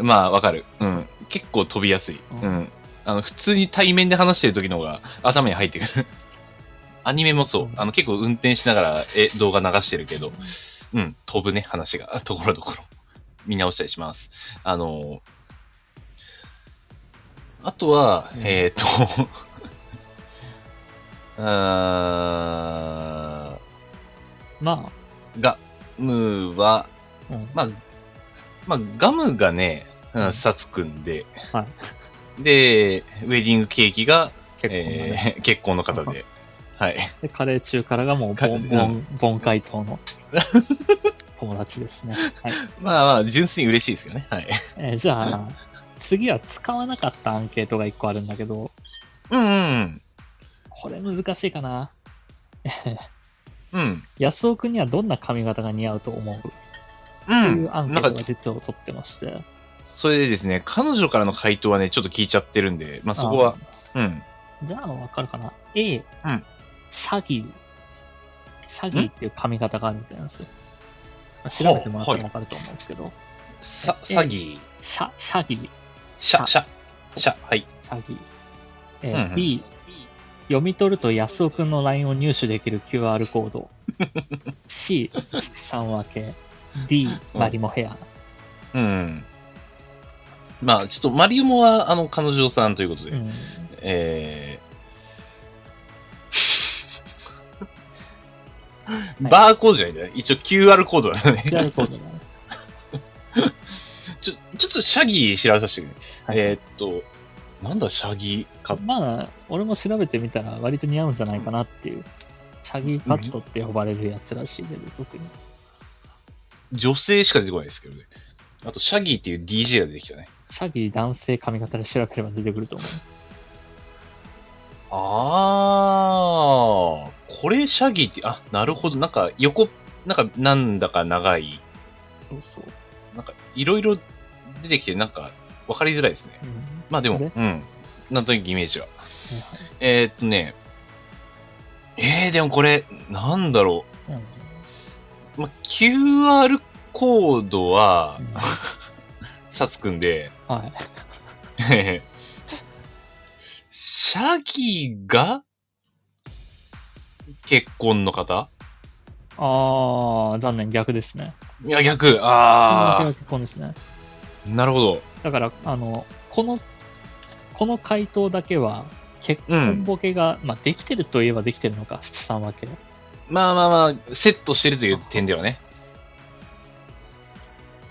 S2: まあ、わかる。うん。結構飛びやすい。う。
S1: うん。
S2: あの、普通に対面で話してる時の方が頭に入って くる。アニメもそううんあの、結構運転しながら、え、動画流してるけど、うん、飛ぶね、話が。 ところどころ。見直したりします。あのーあとは、
S1: うん
S2: えっ、と、 あ
S1: ま
S2: ーガムは、
S1: あ、うん、
S2: まあ、まあ、ガムがね、うんさつくんで、
S1: は
S2: で、ウェディングケーキが、
S1: 結構、ね
S2: えー 結婚の方 で、はい。
S1: でカレー中からがもう
S2: カレ
S1: ボ
S2: ー
S1: ンボン、ボン回答の友達ですね。はい
S2: まあまあ、純粋に嬉しいですよね。はい。
S1: えーじゃあ、次は使わなかったアンケートが1個あるんだけど、
S2: うんうん
S1: これ難しいかな。
S2: うん。うん。
S1: 安尾くんにはどんな髪型が似合うと思うと
S2: う
S1: い
S2: ん
S1: うアンケー
S2: なん
S1: ト
S2: か
S1: が、実を取ってまして。
S2: それでですね、彼女からの回答はね、ちょっと聞いちゃってるんで、まあそこは、うん。
S1: あ。じゃあ、わかるかな。A、
S2: うん
S1: シャギー。シャギーっていう髪型があるみたいなんですよ。まあ調べてもらったらわかると思うんですけど、
S2: さ、
S1: え
S2: 詐欺、
S1: シャ、シャギー。
S2: シャ、
S1: さ
S2: シャ、シャ、はい。
S1: シャギー。え
S2: うん
S1: ー
S2: うん
S1: B、読み取ると安尾くんの LINE を入手できる QR コー ド。C、七三分け。D、マリモヘア。
S2: うん。まあ、ちょっと、マリウモは、あの、彼女さんということで、
S1: うん
S2: えー
S1: はい
S2: バーコードじゃないんだよね。一応 QR コードだね。
S1: QR コードだね。
S2: ちょ、ちょっとシャギー調べさせてく
S1: は
S2: れ。
S1: い
S2: えーっと、なんだシャギーか。
S1: まあ、俺も調べてみたら割と似合うんじゃないかなっていう。シャギーカットって呼ばれるやつらしいけど、特に。
S2: 女性しか出てこないですけどね。あと、シャギーっていう DJ が出てきたね。
S1: シャギー男性髪型で調べれば出てくると思う。
S2: あー、これシャギーって、あ、なるほど。なんか、横、なんか、なんだか長い。
S1: そうそう。
S2: なんか、いろいろ出てきて、なんか、わかりづらいですね。
S1: うん
S2: まあでも、
S1: で
S2: うん。なんとなくイメージは。
S1: はいはい
S2: えー、っとね、えー、でもこれ、なんだろ
S1: うん
S2: う。まあ、QR コードは
S1: うん、
S2: サツくんで、
S1: はい。
S2: シャギが結婚の方
S1: ああ、残念、逆ですね。
S2: いや、逆。
S1: ああ。
S2: あ
S1: 結婚ですね。
S2: あ、なるほど。
S1: だから、あの、この、この回答だけは、結
S2: う
S1: 婚
S2: ん。
S1: ボケが、まあ、できてるといえばできてるのか、七三分け。
S2: まあまあまあ、セットしてるという点ではね。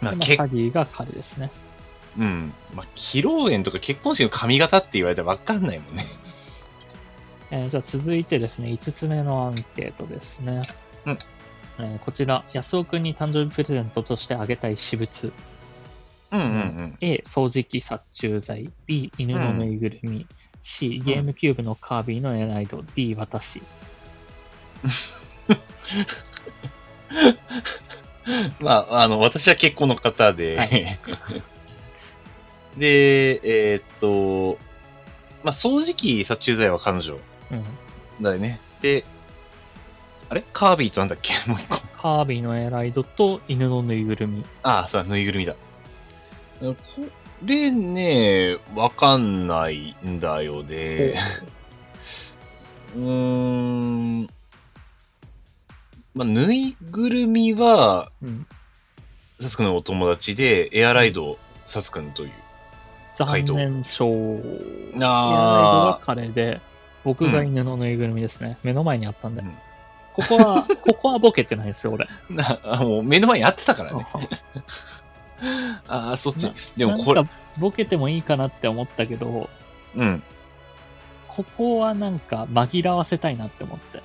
S2: まあ、
S1: まあ、
S2: 結
S1: 詐欺が彼ですね。
S2: うん。まあ、披露宴とか結婚式の髪型って言われたらわかんないもんね。
S1: えーじゃあ続いてですね、5つ目のアンケートですね。
S2: うん
S1: えーこちら、安尾くんに誕生日プレゼントとしてあげたい私物。
S2: うんうんうん。
S1: A、掃除機殺虫剤。B、犬のぬいぐるみ。C、ゲームキューブのカービィのエナイド。D、私。
S2: まあ、あの、私は結婚の方で、
S1: は
S2: で、えーっと、まあ、掃除機殺虫剤は彼女
S1: うん。
S2: だよね。で、あれカービィとなんだっけ もう一個。
S1: カービィのエナイドと犬のぬいぐるみ。
S2: ああ、そうだ、ぬいぐるみだ。これね、わかんないんだよね。 うーん。まあ、ぬいぐるみは、
S1: うん。
S2: サスくんのお友達で、エアライド、サスくんという。
S1: 残
S2: 回答
S1: 念賞。エナイドが
S2: あ
S1: 彼で、僕が犬のぬいぐるみですね。目の前にあったんで。
S2: うん
S1: ここは、ここはボケてないですよ、 俺。
S2: あ、なあもう目の前にあってたからね。 ああ、そっち
S1: な。
S2: でもこ
S1: な
S2: れ
S1: ん、かボケてもいいかなって思ったけど、
S2: うん。
S1: ここはなんか紛らわせたいなって思って。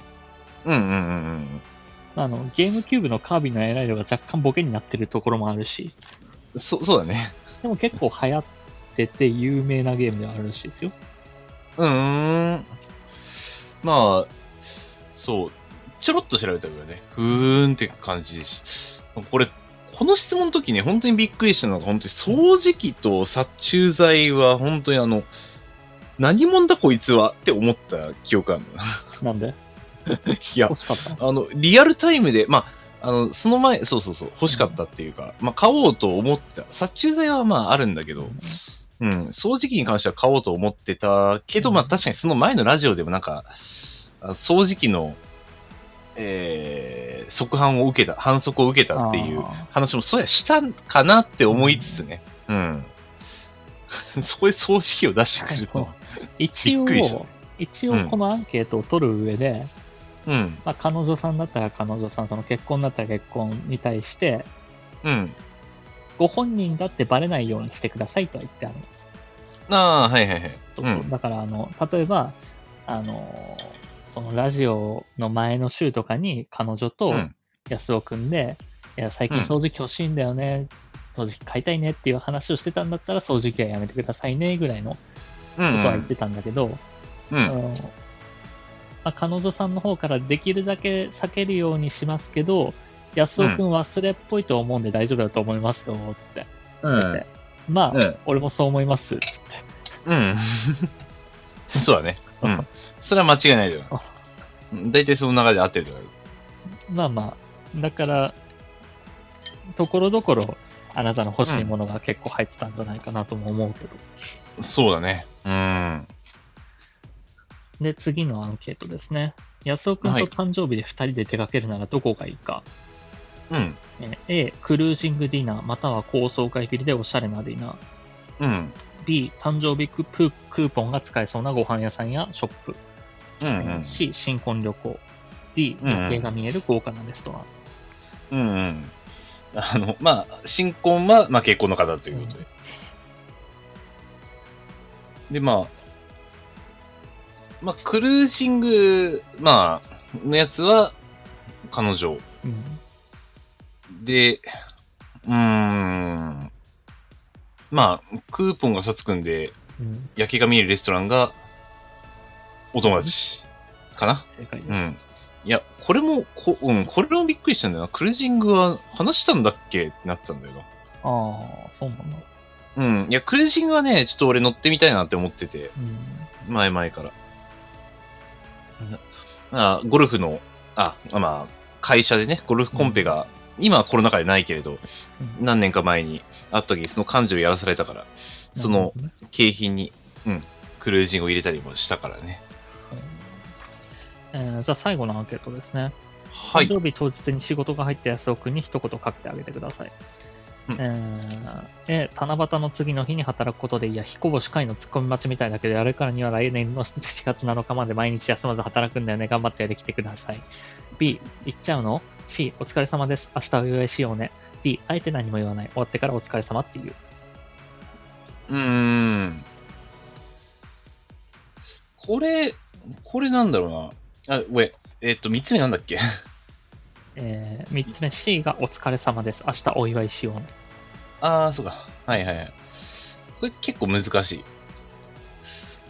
S2: うんうんうんうん
S1: あの、ゲームキューブのカービィのエライドが若干ボケになってるところもあるし、
S2: うん。そ、そうだね。
S1: でも結構流行ってて有名なゲームではあるらしいです よ。
S2: うーん。まあ、そう。ちょろっと調べたぐらいね。ふーんって感じです。これ、この質問の時ね、本当にびっくりしたのが、本当に掃除機と殺虫剤は、本当にあの、何者だこいつはって思った記憶あるんだな。
S1: なんで
S2: いや
S1: 欲、しかった
S2: あの、リアルタイムで、まあ、あの、その前、そうそうそう、欲しかったっていうか、まあ、買おうと思ってた。殺虫剤はまあ、あるんだけど、うん、掃除機に関しては買おうと思ってたけど、まあ、確かにその前のラジオでもなんか、あ掃除機の、えー、即販を受けた、反則を受けたっていう
S1: あー
S2: 話も、そうや、したんかなって思いつつね、うん。 そこで掃除機を出してくると。
S1: 一
S2: びっくりした
S1: 応、一応このアンケートを取る上で、
S2: うん、
S1: まあ、彼女さんだったら彼女さん、その結婚だったら結婚に対して、
S2: うん。
S1: ご本人だってバレないようにしてくださいとは言ってあるの
S2: ああ、はいはいはい。
S1: そうそう
S2: うん
S1: だからあの例えばあのそのラジオの前の週とかに彼女と
S2: うん
S1: 安尾君で、いや最近
S2: うん
S1: 掃除機欲しいんだよね、掃除機買いたいねっていう話をしてたんだったら掃除機はやめてくださいねぐらいのこ
S2: う
S1: と
S2: ん、
S1: は言ってたんだけど、
S2: うん。うん
S1: あのまあ、彼女さんの方からできるだけ避けるようにしますけど安尾君忘れっぽいと思うんで大丈夫だと思いますよって、
S2: うん
S1: てまあ、
S2: うん
S1: 俺もそう思いますっつって。
S2: うん。 そうだね。 うん。それは間違いないだよ。うん大体その流れで合ってるだろう。
S1: まあまあ、だから、ところどころ、あなたの欲しいものが結構入ってたんじゃないかなとも思うけど。
S2: そうだね。うん。
S1: で、次のアンケートですね。安尾くん
S2: は
S1: と
S2: い
S1: 誕生日で2人で出かけるならどこがいいか。
S2: うん。
S1: え A、クルージングディナー、または高層階ビルでおしゃれなディナー。
S2: うん。
S1: B、誕生日クプクーポンが使えそうなご飯屋さんやショップ。
S2: うんうん。
S1: C、新婚旅行。D、
S2: うんうん
S1: 夜景が見える豪華なレストラン。
S2: うんうん。あの、まあ、新婚は、まあ、結婚の方ということで。で、まあ、まあ、クルージング、まあ、のやつは、彼女。
S1: うん
S2: で、うーん。まあ、クーポンがさつくんで、
S1: うん、
S2: 夜景が見えるレストランが、お友達かな
S1: 正解です。
S2: いや、これもこ、うん、これもびっくりしたんだよな。クルージングは話したんだっけってなったんだよ
S1: ああ、そうなんだ。
S2: な。うん。いや、クルージングはね、ちょっと俺乗ってみたいなって思ってて、
S1: うん
S2: 前々から。なあ、ゴルフの、あ、まあ、会社でね、ゴルフコンペが今はコロナ禍でないけれど、何年か前にあった時にその幹事をやらされたから、その、景品に、うん、クルージングを入れたりもしたからね。
S1: えーじゃあ最後のアンケートですね。
S2: はい。
S1: 誕生日当日に仕事が入った安尾君に一言書けてあげてください。
S2: うん
S1: えー A、七夕の次の日に働くことで、いや、彦星会のツッコミ待ちみたいだけど、やるからには来年の7月7日まで毎日休まず働くんだよね。頑張ってやってきてください。B、行っちゃうの ?C、お疲れ様です。明日お祝いしようね。D、あえて何も言わない。終わってからお疲れ様っていう。
S2: うーん。これ、これなんだろうな。あ、ごめん。えっと、三つ目なんだっけ
S1: えー、3つ目、C がお疲れ様です。明日お祝いしようね。
S2: ああ、そうか。はいはいはい。これ結構難しい。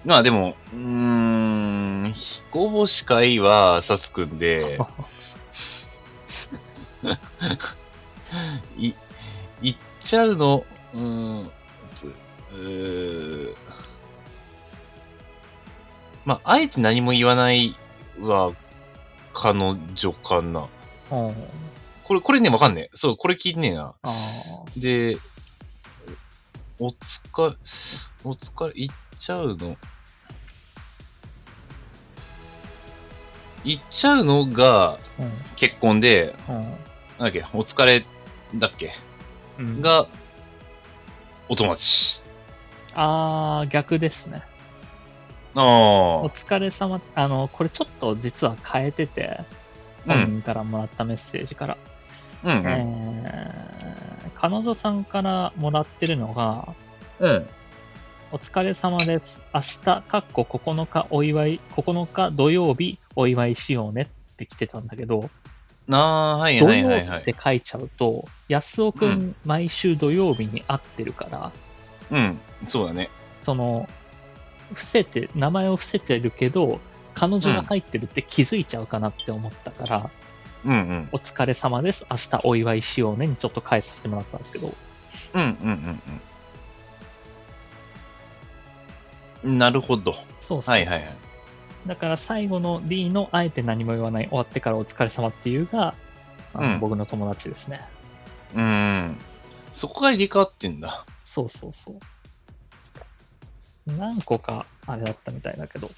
S2: まあでも、うーん、彦星会はさつく んで、い、いっちゃうの、うーん、つうーまあ、あえて何も言わないは、彼女かな。
S1: うん、
S2: これ、これね、わかんねえ。そう、これ聞いてねえな。
S1: あ
S2: で、お疲れ、お疲れ、行っちゃうの行っちゃうのが
S1: ー
S2: 結婚で、
S1: うん、
S2: なんだっけ、お疲れだっけ
S1: うん。
S2: が、お友達。
S1: あー、逆ですね。
S2: あ
S1: お
S2: あ、
S1: 疲れ様、あの、これちょっと実は変えてて、
S2: うん
S1: 本人からもらったメッセージから。
S2: うんうん。
S1: えー彼女さんからもらってるのが、
S2: うん。
S1: お疲れ様です。明日、かっこ9日お祝い、9日土曜日お祝いしようねって来てたんだけど、
S2: ああー、はい
S1: 土
S2: はい
S1: 曜
S2: はい
S1: 日
S2: は
S1: っ
S2: い。
S1: て書いちゃうと、安尾く
S2: うん
S1: 毎週土曜日に会ってるから、
S2: うん、そうだね。
S1: その、伏せて、名前を伏せてるけど、彼女が入ってるって気づいちゃうかなって思ったから、
S2: うんうん。
S1: お疲れ様です。明日お祝いしようねにちょっと変えさせてもらったんですけど、
S2: うんうんうんうん。なるほど。
S1: そうそう。
S2: はいはいはい。
S1: だから最後の D のあえて何も言わない、終わってからお疲れ様っていうが、あの
S2: うん
S1: 僕の友達ですね。
S2: うん。そこが入れ替わってんだ。
S1: そうそうそう。何個かあれだったみたいだけど、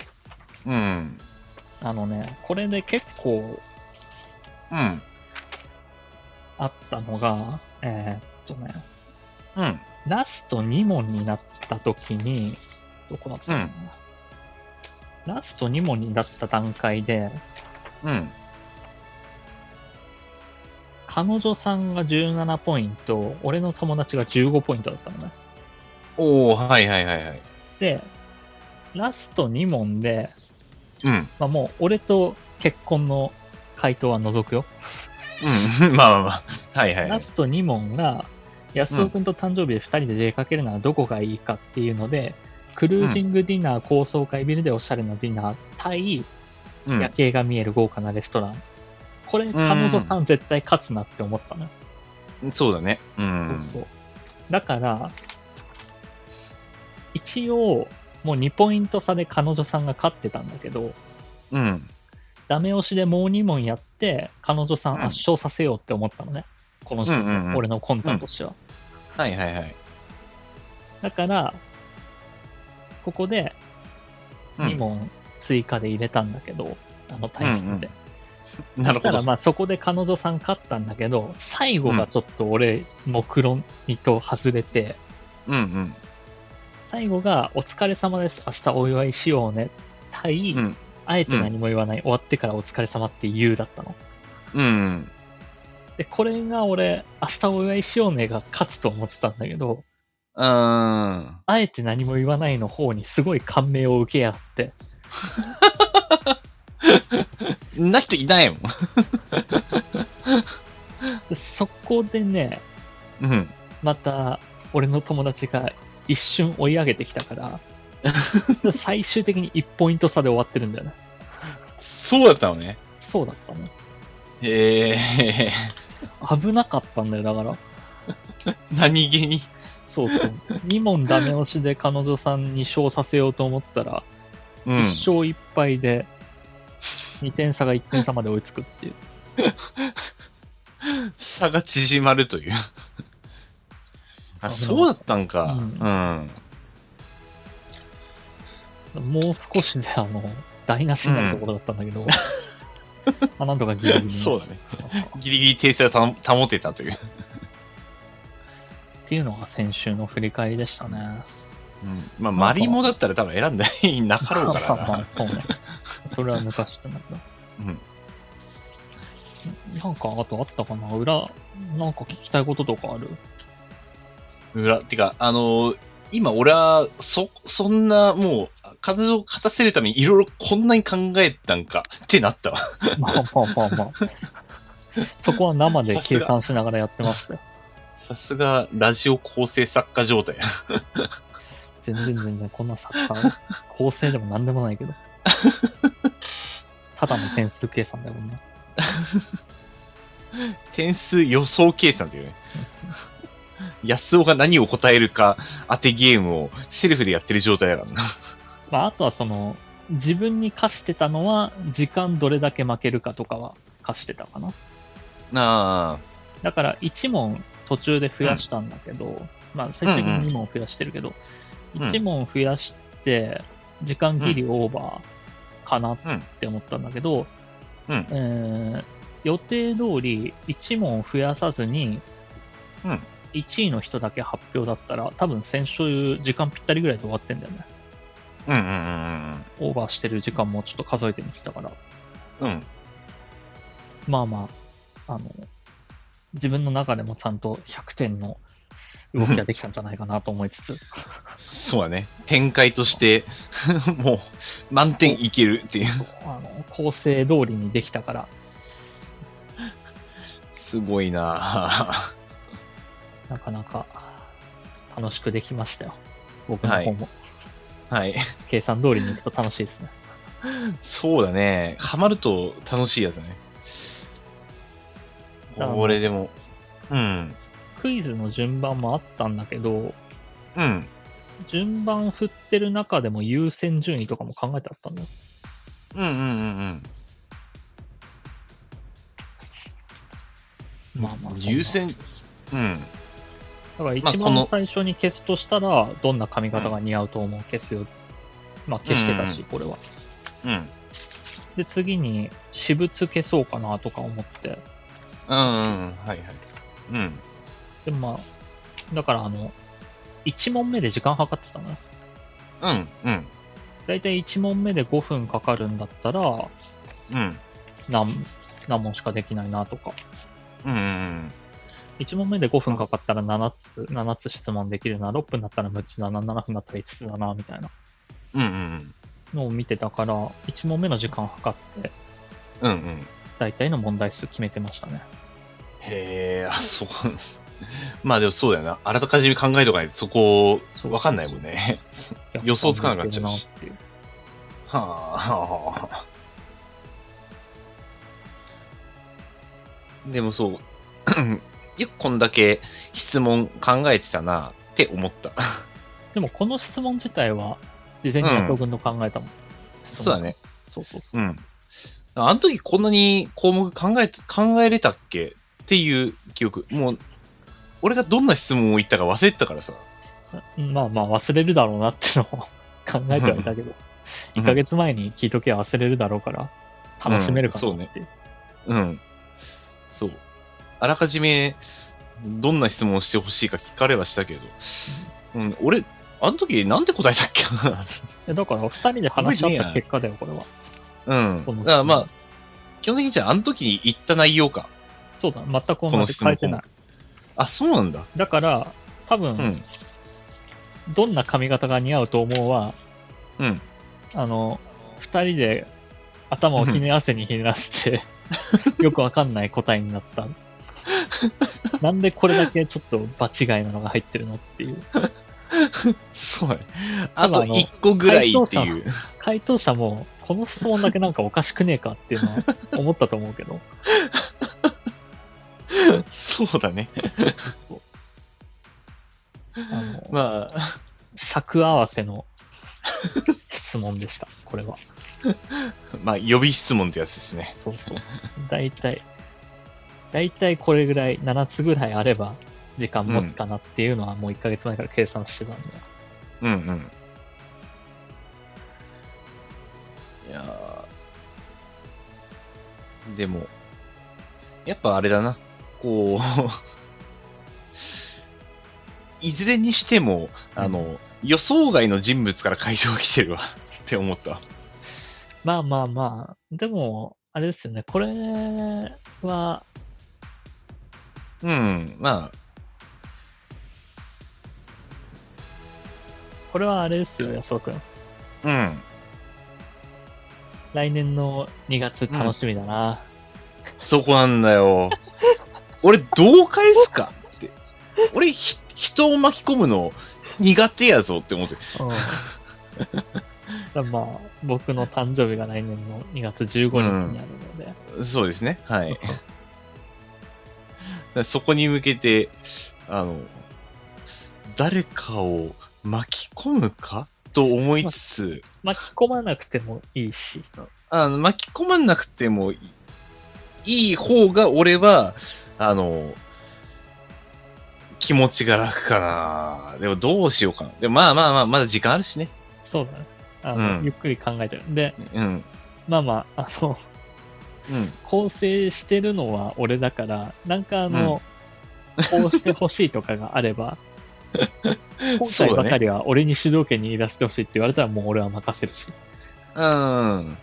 S2: うん。
S1: あのね、これで結構
S2: うん。
S1: あったのが、えーっとね、
S2: うん。
S1: ラスト2問になった時に、どこだったかな、ラスト2問になった段階で、
S2: うん。
S1: 彼女さんが17ポイント、俺の友達が15ポイントだったのね。
S2: おおはいはいはいはい。
S1: で、ラスト2問で、
S2: うん。
S1: まあ、もう俺と結婚の回答は除くよ。
S2: うん。 まあまあまあ。はいはいは
S1: ラ
S2: い。
S1: スト2問が、安尾くんと誕生日で2人で出かけるならどこがいいかっていうので、クルージングディナー、高層階ビルでおしゃれなディナー、対
S2: う
S1: 夜
S2: ん。
S1: 景が見える豪華なレストラン。これ、彼女さん絶対勝つなって思ったのよ
S2: そうだね。うん。
S1: そうそう。だから、一応、もう2ポイント差で彼女さんが勝ってたんだけど、
S2: うん。
S1: ダメ押しでもう2問やって、彼女さん
S2: うん
S1: 圧勝させようって思ったのね。この人、
S2: うんうんうん
S1: 俺の魂胆としては。
S2: はいはいはい。
S1: だから、ここで
S2: うん
S1: 2問追加で入れたんだけど、あのタイミングで。
S2: な
S1: そ
S2: る
S1: した
S2: ほ
S1: ら
S2: ど。
S1: まあそこで彼女さん勝ったんだけど、最後がちょっと俺、目論見と外れて、
S2: うんうん。
S1: 最後が、お疲れ様です。明日お祝いしようね。対、
S2: うん
S1: あえて何も言わない。終わってからお疲れ様って言うだったの。
S2: うん。
S1: で、これが俺、明日お祝いしようねが勝つと思ってたんだけど、
S2: うん。
S1: あえて何も言わないの方にすごい感銘を受け合って、
S2: んな人いないもん。
S1: でそこでね、
S2: うん。
S1: また俺の友達が一瞬追い上げてきたから、 で最終的に1ポイント差で終わってるんだよね。
S2: そうだったのね。
S1: そうだったね。
S2: へえ。
S1: 危なかったんだよ、だから。
S2: 何気に。
S1: そう そう。2問ダメ押しで彼女さんに勝させようと思ったら、
S2: う
S1: 1
S2: ん。
S1: 勝1敗で、2点差が1点差まで追いつくっていう。
S2: 差が縮まるという。あ、そうだったんか。
S1: う
S2: うんん。
S1: もう少しで、あの、台無しになるところだったんだけど、 まあなんとかギリギリ。
S2: そうだね。ギリギリ訂正を保保てたという。
S1: っていうのが先週の振り返りでしたね。
S2: うんまあ、マリモだったら多分選んだいなかろう
S1: ま
S2: か
S1: あま
S2: ら
S1: あ、 そうね。それは昔だけど。
S2: な。
S1: なんか、あとあったかな裏、なんか聞きたいこととかある
S2: うん。裏、てか、あのー今俺は、そ、そんな、もう、風を勝たせるためにいろいろこんなに考えたんかってなったわ。
S1: まあまあまあまあ。そこは生で計算しながらやってましたよ。
S2: さすが、ラジオ構成作家状態。
S1: 全然全然、こんなサッカー、構成でも何でもないけど。ただの点数計算だよ、こんな。
S2: 点数予想計算というね。安尾が何を答えるか当てゲームをセルフでやってる状態だからな。
S1: まあ、あとはその、自分に課してたのは、時間どれだけ負けるかとかは課してたかな。
S2: なあ、
S1: だから1問途中で増やしたんだけど、まあ最終的
S2: うんうん
S1: に2問増やしてるけど、
S2: うん
S1: 1問増やして時間切りオーバーかなって思ったんだけど、
S2: うん
S1: えー予定通り1問増やさずに、
S2: うん
S1: 1位の人だけ発表だったら多分先週時間ぴったりぐらいで終わってんだよね
S2: うんうんうん
S1: オーバーしてる時間もちょっと数えてみてたから
S2: うんうん。
S1: まあまあ、あの、自分の中でもちゃんと100点の動きができたんじゃないかなと思いつつ、
S2: そうだね。展開として、 もう、満点いけるっていう。
S1: そうあの構成通りにできたから、
S2: すごいなあ
S1: なかなか楽しくできましたよ。僕の方も。
S2: はい。
S1: 計算通りにいくと楽しいですね。
S2: そうだね。ハマると楽しいやつね。
S1: だから
S2: 俺でも、うん。
S1: クイズの順番もあったんだけど、
S2: うん。
S1: 順番振ってる中でも優先順位とかも考えてあったんだよ。
S2: うんうんうんうん。
S1: まあまあそんな
S2: 優先、うん。
S1: だから
S2: まあ
S1: 一
S2: こ
S1: 番
S2: の
S1: 最初に消すとしたら、どんな髪型が似合うと思う消すよ。まあ消してたし、これは。
S2: うん。うん
S1: で、次に私物消そうかなとか思って。
S2: うんうん。はいはい。うん。
S1: でもまあ、だからあの、1問目で時間計ってたのよ。
S2: うんうん。
S1: だいたい1問目で5分かかるんだったら、
S2: うん。
S1: 何、何問しかできないなとか。
S2: うんうん
S1: 1問目で5分かかったら7つ、7つ質問できるな、6分だったら6つだな、7分だったら5つだな、みたいな
S2: うん。うんうん
S1: のを見てたから、1問目の時間計って、
S2: うん。うんうん。
S1: 大体の問題数決めてましたね。
S2: へえ、あ、そうなんです。まあでもそうだよな。あらかじめ考えとかないとそこ、わかんないもんね。予想つかなくなっちゃうし
S1: っていう。
S2: はあ。でもそう、 よくこんだけ質問考えてたなって思った。
S1: でもこの質問自体は、事前に安尾君の考えたもん。質問
S2: そうだね。
S1: そうそうそうう。
S2: ん。あの時こんなに項目考えて、考えれたっけっていう記憶。もう、俺がどんな質問を言ったか忘れてたからさ。
S1: まあまあ忘れるだろうなってのを 考えてはいたけど、1ヶ月前に聞いとけば忘れるだろうから、楽しめるか
S2: うんそう
S1: な
S2: ね
S1: っていう。
S2: うん。そう。あらかじめ、どんな質問をしてほしいか聞かれはしたけど、うん、俺、あの時なんて答えたっけな
S1: えだから、2人で話し合った結果だよ、これは。
S2: うん。
S1: この質問
S2: だからまあ、基本的にじゃあ、あの時に言った内容か。
S1: そうだ、全く
S2: こ
S1: 同
S2: の
S1: じ
S2: 質
S1: 変え
S2: 問
S1: てない。
S2: あ、そうなんだ。
S1: だから、多分、
S2: うん。
S1: どんな髪型が似合うと思うは、
S2: うん。
S1: あの、2人で頭をひねらせにひねらせ て、よくわかんない答えになった。なんでこれだけちょっと場違いなのが入ってるのっていう。
S2: そうだね。
S1: 多
S2: あ
S1: 分
S2: と
S1: あの
S2: 1個ぐらいって
S1: 回
S2: いう。
S1: 回答者も、この質問だけなんかおかしくねえかっていうのは思ったと思うけ ど。
S2: そうだ ね。
S1: そう。あの、
S2: まあ、
S1: 尺合わせの質問でした、これは。
S2: まあ、予備質問ってやつですね。
S1: そうそう。大体、だいたいこれぐらい、7つぐらいあれば時間持つかなっていうのはもう1ヶ月前から計算してたんで。
S2: うんうん。いやーでも、やっぱあれだな。こう、 いずれにしても、あの、予想外の人物から会場来てるわ って思った。
S1: まあまあまあ、でも、あれですよね、これは、
S2: うん、ま
S1: これはあれですよ、安尾くん。
S2: あ、うん。
S1: 来年の2月楽しみだな。
S2: そこなんだよ。俺、どう返すかって。俺、ひ人を巻き込むの苦手やぞって思ってる。
S1: うんだから まあ、僕の誕生日が来年の2月15日にあるので、
S2: そうですね。はい。
S1: そうそう
S2: だからそこに向けて、あの、誰かを巻き込むかと思いつつ、
S1: 巻き込まなくてもいいし、
S2: あの巻き込まなくてもいいいい方が俺は、あの、気持ちが楽かな。でもどうしようかな。でもまあまあまあ、まだ時間あるしね。
S1: そうだね。あの
S2: うん
S1: ゆっくり考えてる。で、
S2: うん。
S1: まあまあ、あの、
S2: うん。
S1: 構成してるのは俺だから、なんかあの、こうしてほしいとかがあれ ば、今回ばかりは俺に主導権握らせてほしいって言われたらもう俺は任せるし。
S2: うん。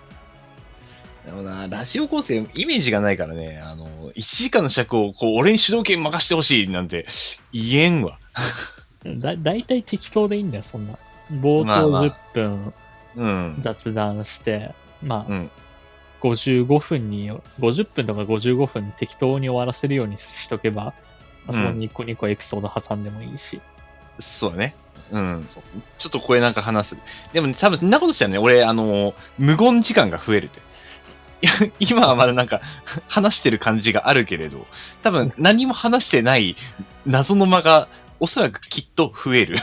S2: でもな、ラジオ構成、イメージがないからね、あの、1時間の尺を、こう、俺に主導権任してほしいなんて言えんわ。
S1: だ大体適当でいいんだよ、そんな。冒
S2: まあまあ
S1: 頭10分
S2: うん。
S1: 雑談して、まあ、
S2: うん
S1: 55分に、50分とか55分に適当に終わらせるようにしとけば、まあ、その
S2: うん
S1: ニコニコエピソード挟んでもいいし。
S2: そうだね。うん。
S1: そうそう
S2: ちょっとこれなんか話す。でもね、多分そんなことしたらね、俺、あの、無言時間が増えるって。 いや 今はまだなんか、話してる感じがあるけれど、多分何も話してない謎の間が、おそらくきっと増える。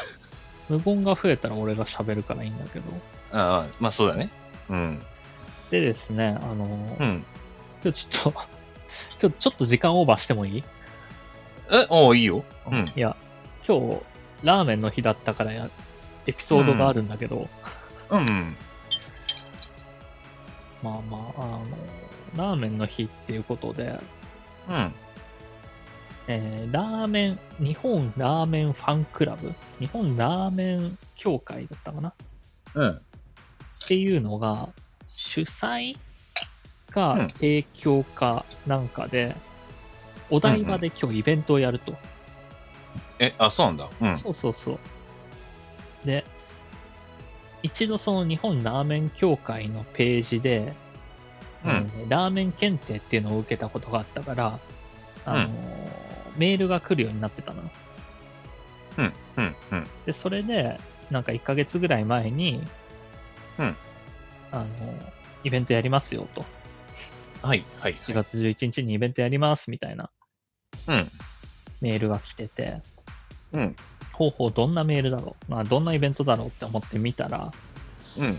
S1: 無言が増えたら俺が喋るからいいんだけど。
S2: ああ、まあそうだね。うん。
S1: でですね、あの、
S2: うん。
S1: 今日ちょっと、 今日ちょっと時間オーバーしてもいい、
S2: え、おういいよ。うん。
S1: いや、今日、ラーメンの日だったからや、エピソードがあるんだけど、
S2: うん。
S1: まあまあ、あの、ラーメンの日っていうことで、
S2: うん。
S1: えーラーメン、日本ラーメンファンクラブ、日本ラーメン協会だったかなっ
S2: うん。
S1: ていうのが、主催か
S2: うん
S1: 提供かなんかで、お台場で今日イベントをやると。
S2: え、あ、そうなんだ。うん。
S1: そうそうそう。で、一度その日本ラーメン協会のページで、
S2: うん
S1: あのねラーメン検定っていうのを受けたことがあったから、あのーメールが来るようになってたの。
S2: うん。うん。うん。
S1: で、それで、なんか1ヶ月ぐらい前に、
S2: うん
S1: あの、イベントやりますよと。
S2: はい。はい。
S1: 7月11日にイベントやりますみたいな
S2: うん。
S1: メールが来てて、
S2: うん。
S1: ほうほう、どんなメールだろう、まあ、どんなイベントだろうって思ってみたら、
S2: うん。
S1: あの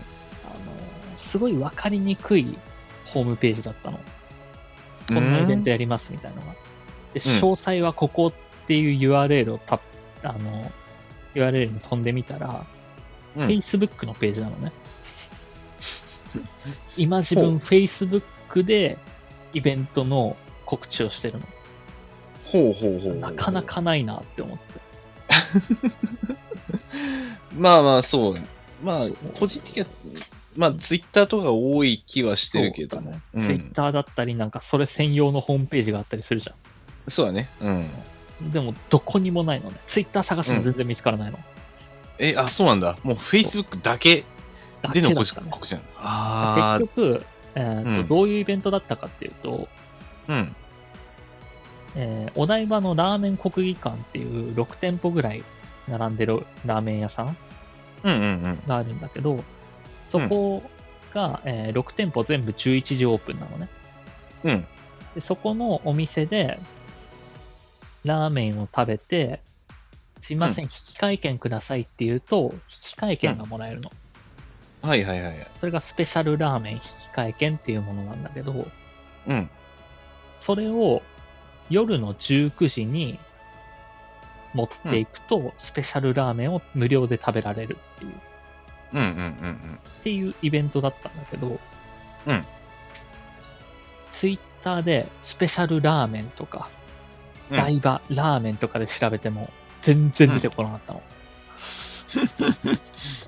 S1: すごい分かりにくいホームページだったの。こんなイベントやりますみたいなのが。で、
S2: うん
S1: 詳細はここっていう URL をタッあの、URL に飛んでみたら、
S2: うん
S1: Facebook のページなのね。今自分 Facebook でイベントの告知をしてるの。
S2: ほうほうほう。
S1: なかな。かないなって思って。
S2: まあまあ、そうだね。ま
S1: そ
S2: あ
S1: う、
S2: 個人的には、まあ、ツイッターとか多い気はしてるけど。
S1: ね。
S2: うん
S1: Twitter だったり、なんかそれ専用のホームページがあったりするじゃん。
S2: そうだね。うん。
S1: でも、どこにもないのね。ツイッター探しても全然見つからないの。
S2: え、あ、そうなんだ。もう、Facebook だけ
S1: だけ
S2: での
S1: だ
S2: 告
S1: っ
S2: 知
S1: たね
S2: 告知なんだ。あ
S1: 結局、えーと
S2: うん
S1: どういうイベントだったかっていうと、
S2: あ、うん。
S1: えーお台場のラーメン国技館っていう6店舗ぐらい並んでるラーメン屋さん
S2: うんうんうん。
S1: があるんだけど、そこが、えー6店舗全部11時オープンなのね。
S2: うん。
S1: でそこのお店で、ラーメンを食べて、すいません、引換券くださいって言うと、引換券がもらえるの。
S2: はいはいはいはい。
S1: それがスペシャルラーメン引換券っていうものなんだけど、
S2: うん。
S1: それを夜の19時に持っていくと、スペシャルラーメンを無料で食べられるっていう、
S2: うんうんうん
S1: っていうイベントだったんだけど、
S2: うん。
S1: ツイッターでスペシャルラーメンとか、
S2: うん
S1: 台場ラーメンとかで調べても、全然出てこなかったの。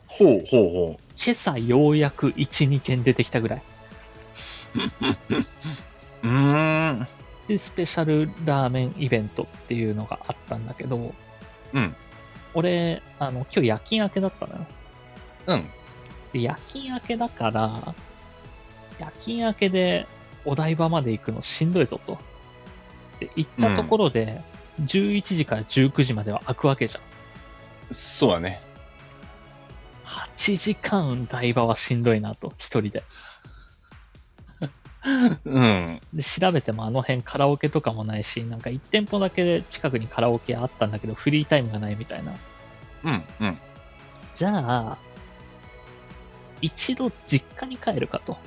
S2: ほうほうほ
S1: 今朝ようやく1、2件出てきたぐらい。
S2: う。うーん。
S1: で、スペシャルラーメンイベントっていうのがあったんだけど、
S2: うん。
S1: 俺、あの、今日夜勤明けだったのよ。
S2: うん。
S1: で、夜勤明けだから、夜勤明けでお台場まで行くのしんどいぞと。で、行ったところで、11時から19時までは開くわけじゃん。
S2: そうだね。
S1: 8時間台場はしんどいなと、一人で。
S2: うん。
S1: で、調べてもあの辺カラオケとかもないし、なんか1店舗だけ近くにカラオケあったんだけど、フリータイムがないみたいな。
S2: うん。うん。
S1: じゃあ、一度実家に帰るかと。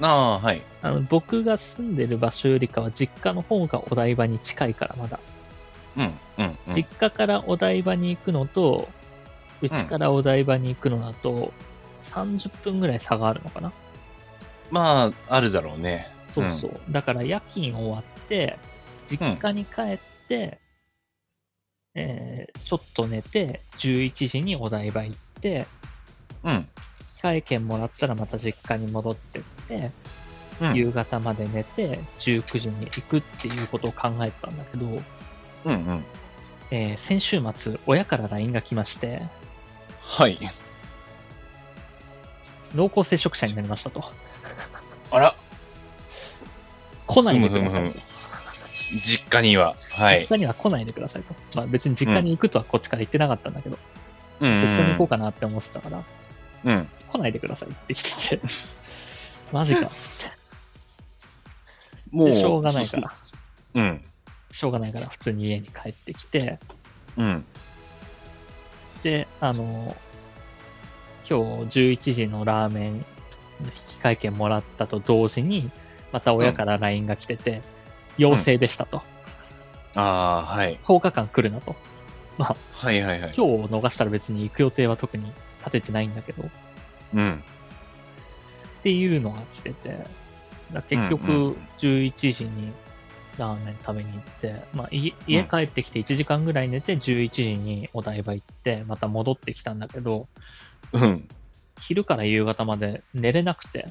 S2: ああ、はい。
S1: あの僕が住んでる場所よりかは実家の方がお台場に近いからまだ、
S2: うん。うん。うん
S1: 実家からお台場に行くのとうちからお台場に行くのだと30分ぐらい差があるのかな、
S2: まあ、あるだろうね。
S1: そうそうだから夜勤終わって実家に帰って、えーちょっと寝て11時にお台場行って
S2: うん。
S1: 機械券もらったらまた実家に戻ってって、
S2: うん。うん。
S1: 夕方まで寝て19時に行くっていうことを考えてたんだけど、
S2: うん。
S1: えー先週末、親から LINE が来まして、
S2: はい。
S1: 濃厚接触者になりましたと。
S2: あら、
S1: 来
S2: ふ
S1: ないで
S2: むふ
S1: く
S2: む
S1: だ
S2: ふ
S1: さ
S2: む
S1: いと。。
S2: 実家には。はい
S1: 実。家には来ないでくださいと。まあ、別に実家に行くとはこっちから言ってなかったんだけど、
S2: うん
S1: 適当に行こうかなって思ってたから、
S2: うん。うん。
S1: 来ないでくださいって来てて、 マジかっつって。
S2: も
S1: でしょうがないか。ら、
S2: うん。
S1: しょうがないから普通に家に帰ってきて、
S2: うん。
S1: で、あの、今日11時のラーメンの引き換え券もらったと同時に、また親から LINE が来てて、陽性でしたと。
S2: ああ、はい。
S1: 10日間来るなと。
S2: はいはいは
S1: 今
S2: い。
S1: 日を逃したら別に行く予定は特に立ててないんだけど、っ
S2: うん。
S1: ていうのが来てて、だ結
S2: うんうん
S1: 局11時にラーメン食べに行って、まあ、い家帰ってきて1時間ぐらい寝て11時にお台場行って、また戻ってきたんだけど、
S2: うん。
S1: 昼から夕方まで寝れなくて、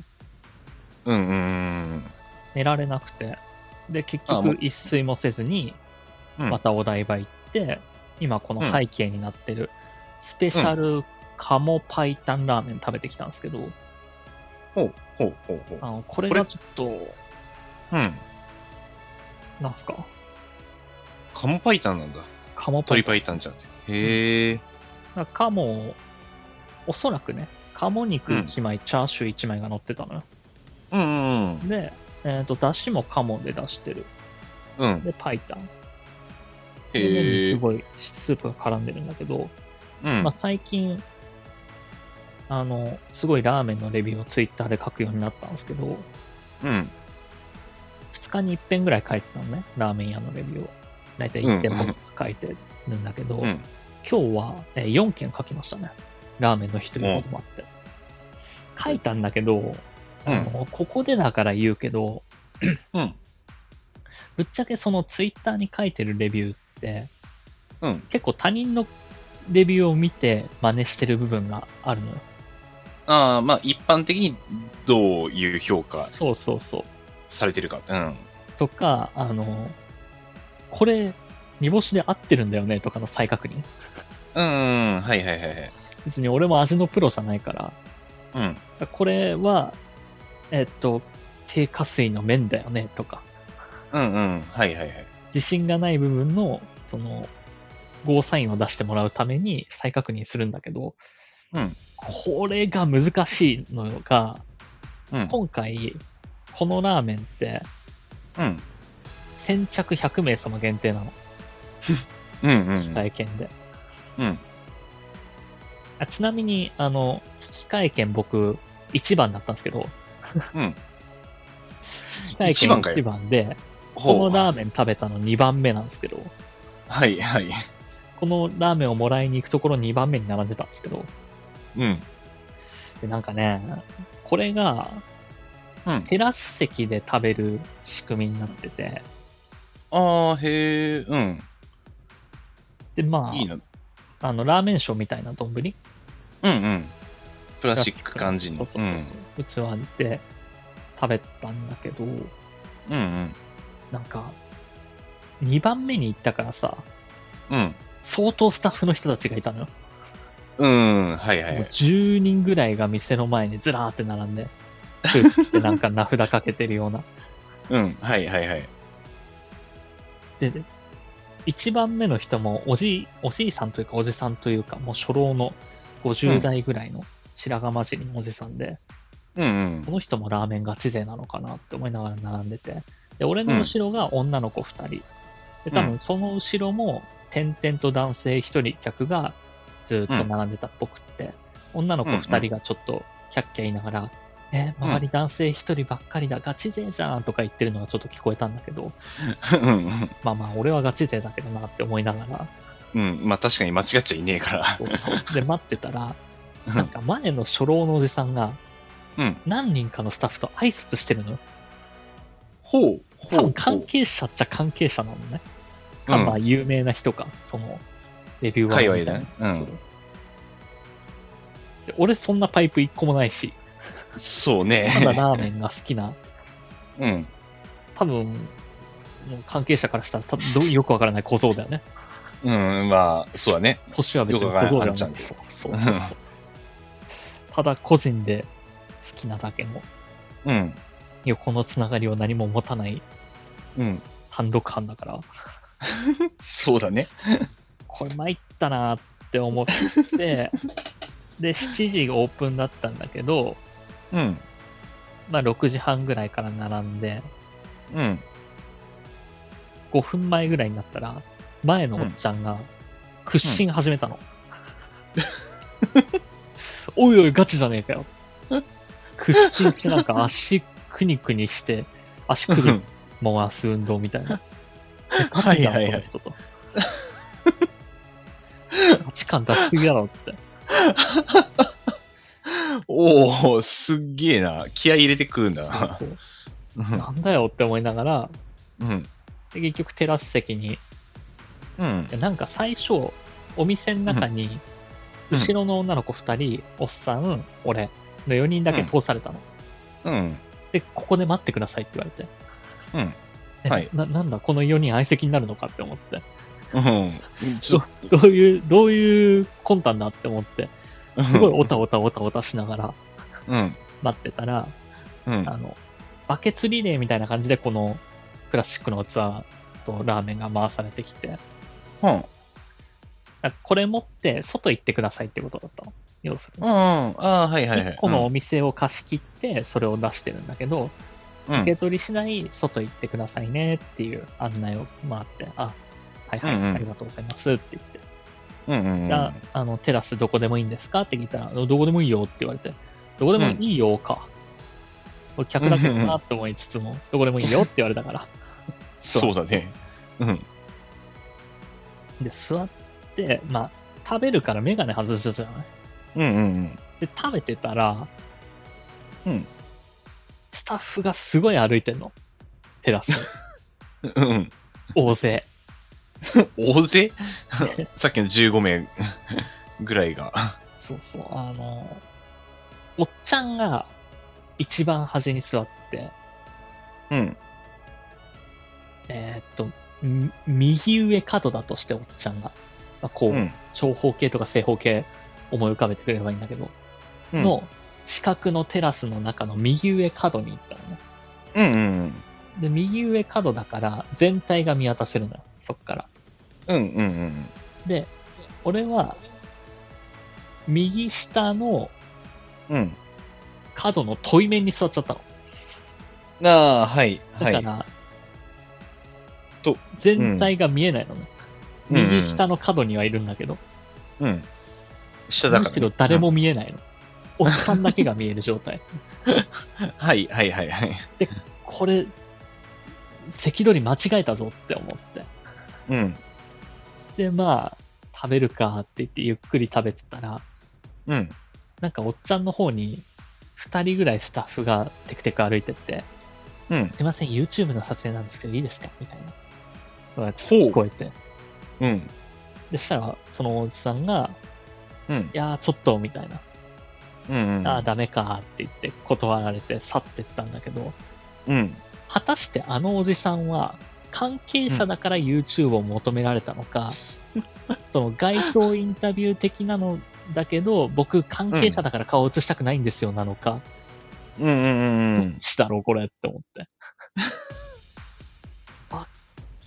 S2: うんうんうん
S1: 寝られなくて、で、結
S2: あも
S1: 局
S2: う
S1: 一睡もせずに、
S2: うん。うん
S1: またお台場行って、今この
S2: うん
S1: 背景になってるスペシャル鴨パイタンラーメン食べてきたんですけど、
S2: ほうほうほうほう。
S1: あのこれ
S2: これ
S1: がちょっと、
S2: うん。
S1: なんすか
S2: カモパイタンなんだ。
S1: 鴨パ
S2: 鳥
S1: イ
S2: パイタンじゃんって。へえ。
S1: タン。鴨、おそらくね、鴨肉1枚、チャーシュー1枚が乗ってたのよ。
S2: うんうん
S1: で、えっ、と、だしも鴨で出してる。
S2: うん。うん。
S1: で、パイタン。で麺に
S2: へえ。
S1: すごいスープが絡んでるんだけど、
S2: うん
S1: まあ、。最近、あの、すごいラーメンのレビューをツイッターで書くようになったんですけど、
S2: うん。
S1: 2日に一遍ぐらい書いてたのね、ラーメン屋のレビューを。だいたい1店舗ずつ書いてるんだけど、
S2: うん。
S1: 今日は、えー4件書きましたね。ラーメンの日ということもあって。書いたんだけど、あのここでだから言うけど、
S2: うん。
S1: ぶっちゃけそのツイッターに書いてるレビューって、
S2: うん
S1: 結構他人のレビューを見て真似してる部分があるのよ。
S2: ああ、まあ一般的にどういう評価
S1: そうそうそう。
S2: されてるか。うん。
S1: とか、あの、これ、煮干しで合ってるんだよねとかの再確認。
S2: うんうん。はいはいはいはい。
S1: 別に俺も味のプロじゃないから、
S2: うん。
S1: これは、えっと、低下水の麺だよねとか、
S2: うんうん。はいはいはい。
S1: 自信がない部分の、その、ゴーサインを出してもらうために再確認するんだけど、
S2: うん
S1: これが難しいのが、
S2: うん。
S1: 今回、このラーメンって、
S2: うん。
S1: 先着100名様限定なの、
S2: うんうん。
S1: 引換券で。
S2: うん。
S1: あちなみに、あの、引換券僕、1番だったんですけど、
S2: うん。
S1: 引換
S2: 一
S1: 券
S2: 番かよ
S1: 1番で、この
S2: ほう。
S1: ラーメン食べたの2番目なんですけど、
S2: はい、はい。
S1: このラーメンをもらいに行くところ2番目に並んでたんですけど、
S2: うん。
S1: でなんかね、これが
S2: うん。
S1: テラス席で食べる仕組みになってて、
S2: ああ、へえ、うん。
S1: で、まあ、
S2: いいな。
S1: あのラーメンショーみたいな丼プ
S2: うんうん。プラスチック感じの。
S1: そうそうそうそう、器で食べたんだけど、
S2: うん。うん
S1: なんか、2番目に行ったからさ、
S2: うん。
S1: 相当スタッフの人たちがいたのよ。
S2: うん。うん。はいは
S1: もう
S2: い。
S1: 10人ぐらいが店の前にずらーって並んで、スーツ着てなんか名札かけてるような。
S2: うん。はいはいはい。
S1: で、1番目の人もおじい、おじいさんというかおじさんというか、もう初老の50代ぐらいの白髪混じりのおじさんで、
S2: うんうん
S1: こ。の人もラーメンガチ勢なのかなって思いながら並んでて、で、俺の後ろが女の子2人、で、多分その後ろも点々と男性1人客がずっと並んでたっぽくって、女の子2人がちょっとキャッキャ言いながら、え、周り男性1人ばっかりだ、ガチ勢じゃんとか言ってるのがちょっと聞こえたんだけど、
S2: うん
S1: まあまあ、俺はガチ勢だけどなって思いながら、
S2: うん。うん。まあ確かに間違っちゃいねえから。
S1: そうそうで、待ってたら、なんか前の初老のおじさんが、
S2: うん
S1: 何人かのスタッフと挨拶してるのよ。
S2: ほう。ほ
S1: 多
S2: う
S1: 分。関係者っちゃ関係者なのね。
S2: うん
S1: かまあ、有名な人か、その、レビューアーみたいな。
S2: 界隈だねうん
S1: そうで俺、そんなパイプ一個もないし、
S2: そう
S1: ただ
S2: ね。
S1: ラーメンが好きな、
S2: うん。
S1: 多分、もう関係者からしたら多分どよくわからない小僧だよね。
S2: うん。まあ、そうだね。
S1: 年は別に
S2: よくわ
S1: 小僧では
S2: からんあん
S1: な
S2: ちゃん
S1: い。
S2: で
S1: そうそうそうそう。ただ個人で好きなだけの
S2: うん。
S1: 横のつながりを何も持たない
S2: うん。
S1: 単独犯だから、
S2: そうだね。
S1: これ参ったなって思って、で、7時オープンだったんだけど、
S2: うん。
S1: まあ6時半ぐらいから並んで、
S2: うん。
S1: 5分前ぐらいになったら、前のおっちゃんが屈伸始めたの。おいおい、ガチじゃねえかよ。屈伸してなんか足くにくにして、足
S2: う
S1: 首
S2: ん。
S1: 回す運動みたいな。ガ
S2: は
S1: チ
S2: い
S1: じゃん、
S2: はい
S1: こ
S2: は
S1: の
S2: い。
S1: 人と。価値観出しすぎだろって。
S2: おお、すっげえな。気合い入れてくるんだ
S1: そう
S2: な。
S1: そう
S2: うん
S1: なんだよって思いながら、
S2: うん。
S1: で結局テラス席に、
S2: うん。
S1: なんか最初、お店の中に、
S2: うん
S1: 後ろの女の子2人、おっさん、俺の4人だけ通されたの。
S2: うん。
S1: で、ここで待ってくださいって言われて。
S2: うん
S1: え
S2: はい
S1: ななんだこの4人相席になるのかって思って
S2: うん。ちょっ
S1: どういうどういう魂胆だって思って
S2: と
S1: すごいおたおたおたおたしながら
S2: うん。
S1: 待ってたら、
S2: うん。
S1: あの、バケツリレーみたいな感じで、このクラシックの器とラーメンが回されてきて、
S2: うん。
S1: あこれ持って外行ってくださいってことだったの。要する
S2: うん。
S1: に。
S2: ああ、はいはいはい。
S1: 1個のお店を貸し切って、それを出してるんだけど、
S2: うん、
S1: 受け取り次第、外行ってくださいねっていう案内を回って、あ、はいはい、
S2: うんうん
S1: ありがとうございますって言って、
S2: うんうんう
S1: であ
S2: ん。
S1: あの、テラスどこでもいいんですかって聞いたら、どこでもいいよって言われて、どこでもいいよか。俺客だけどなって思いつつも、どこでもいいよって言われたから。
S2: そうだね。うん。
S1: で、座って、まあ、食べるからメガネ外してたじゃない
S2: うんうん
S1: で、食べてたら、
S2: うん。
S1: スタッフがすごい歩いてんの。テラスに。
S2: うん。うん。
S1: 大勢。
S2: 大勢さっきの15名ぐらいが。
S1: そうそう、あの、おっちゃんが一番端に座って、
S2: うん。
S1: えーっと、み右上角だとして、おっちゃんが。まあ、こ
S2: う
S1: う、
S2: ん。
S1: 長方形とか正方形思い浮かべてくれればいいんだけど、
S2: うん。
S1: の四角のテラスの中の右上角に行ったのね。
S2: うんうん
S1: で、右上角だから全体が見渡せるのよ、そっから。
S2: うん。うんうんうん。
S1: で、俺は、右下の
S2: うん。
S1: 角の問い面に座っちゃったの。
S2: ああ、はい。は
S1: だか
S2: い。
S1: ら、
S2: と
S1: 全体が見えないのね。
S2: うん
S1: 右下の角にはいるんだけど、
S2: うん。下だからね。
S1: むしろ誰も見えないの。おっさんだけが見える状態。
S2: うん。はいはいはいはい。
S1: これ、関取間違えたぞって思って。
S2: うん。
S1: で、まあ、食べるかって言ってゆっくり食べてたら、
S2: うん。
S1: なんかおっちゃんの方に2人ぐらいスタッフがテクテク歩いてって、
S2: うん。
S1: すいません、YouTube の撮影なんですけどいいですかみたいな。のがちょっと聞こえて。
S2: うん。
S1: で、したら、そのおじさんが、
S2: うん。
S1: いやー、ちょっと、みたいな。
S2: うん。
S1: あー、ダメかーって言って断られて去ってったんだけど、
S2: うん。
S1: 果たしてあのおじさんは関係者だから YouTube を求められたの か、その街頭インタビュー的なのだけど、僕関係者だから顔映したくないんですよなのか、
S2: うん。うん。う
S1: どっ
S2: ん。
S1: ちだろうこれって思って。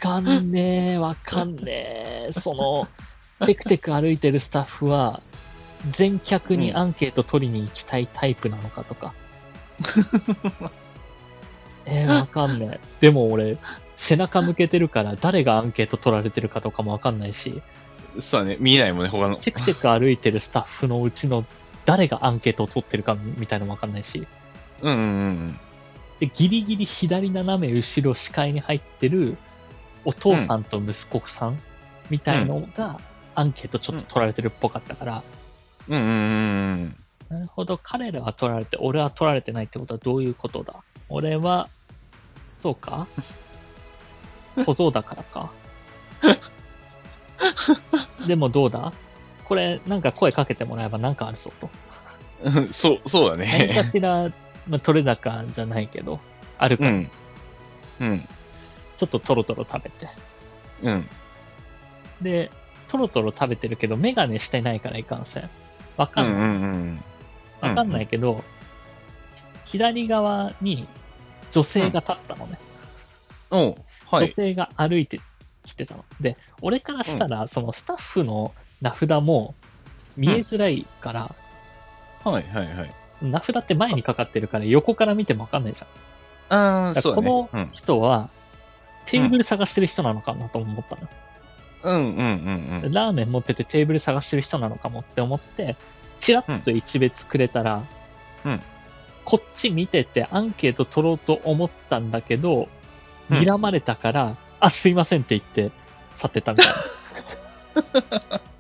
S1: わかんねえ、わかんねえ。その、テクテク歩いてるスタッフは、全客にアンケート取りに行きたいタイプなのかとか。えー、わかんない。でも俺、背中向けてるから、誰がアンケート取られてるかとかもわかんないし、
S2: そうだね。見えないもんね、他の。
S1: テクテク歩いてるスタッフのうちの誰がアンケートを取ってるかみたいのもわかんないし、
S2: うん。うん。
S1: でギリギリ左斜め後ろ視界に入ってるお父さんと息子さんみたいのがアンケートちょっと取られてるっぽかったから、
S2: うん。うん。うん。
S1: なるほど彼らは取られて俺は取られてないってことはどういうことだ俺はそうか小僧だから かでもどうだこれなんか声かけてもらえばなんかあるぞと
S2: うん。 そう、そうだ
S1: 何か
S2: ね。
S1: しら、まあ、取れ高じゃないけどあるか
S2: う
S1: ら、
S2: ん。うん。
S1: ちょっとトロトロ食べて
S2: うん。
S1: で、トロトロ食べてるけど、メガネしてないからいかんせん。わ
S2: う
S1: か
S2: ん。
S1: ん
S2: う
S1: ない。
S2: ん。うん。
S1: わかんないけど、左側に女性が立ったのね。
S2: おは
S1: 女
S2: い。
S1: 性が歩いてきてたの。で、俺からしたら、そのスタッフの名札も見えづらいから、
S2: はい。はい。はい。
S1: 名札って前にかかってるから、横から見てもわかんないじゃん。
S2: ああ、
S1: だか
S2: そ
S1: ら
S2: う
S1: こ
S2: だね。
S1: の人は、テーブル探してる人なのかなとも思ったの。
S2: うん。うん。うん。うん。
S1: ラーメン持っててテーブル探してる人なのかもって思って、チラッと一別くれたら、
S2: うん
S1: こっち見ててアンケート取ろうと思ったんだけど、
S2: うん
S1: 睨まれたから、あ、すいませんって言って去ってたみたいな。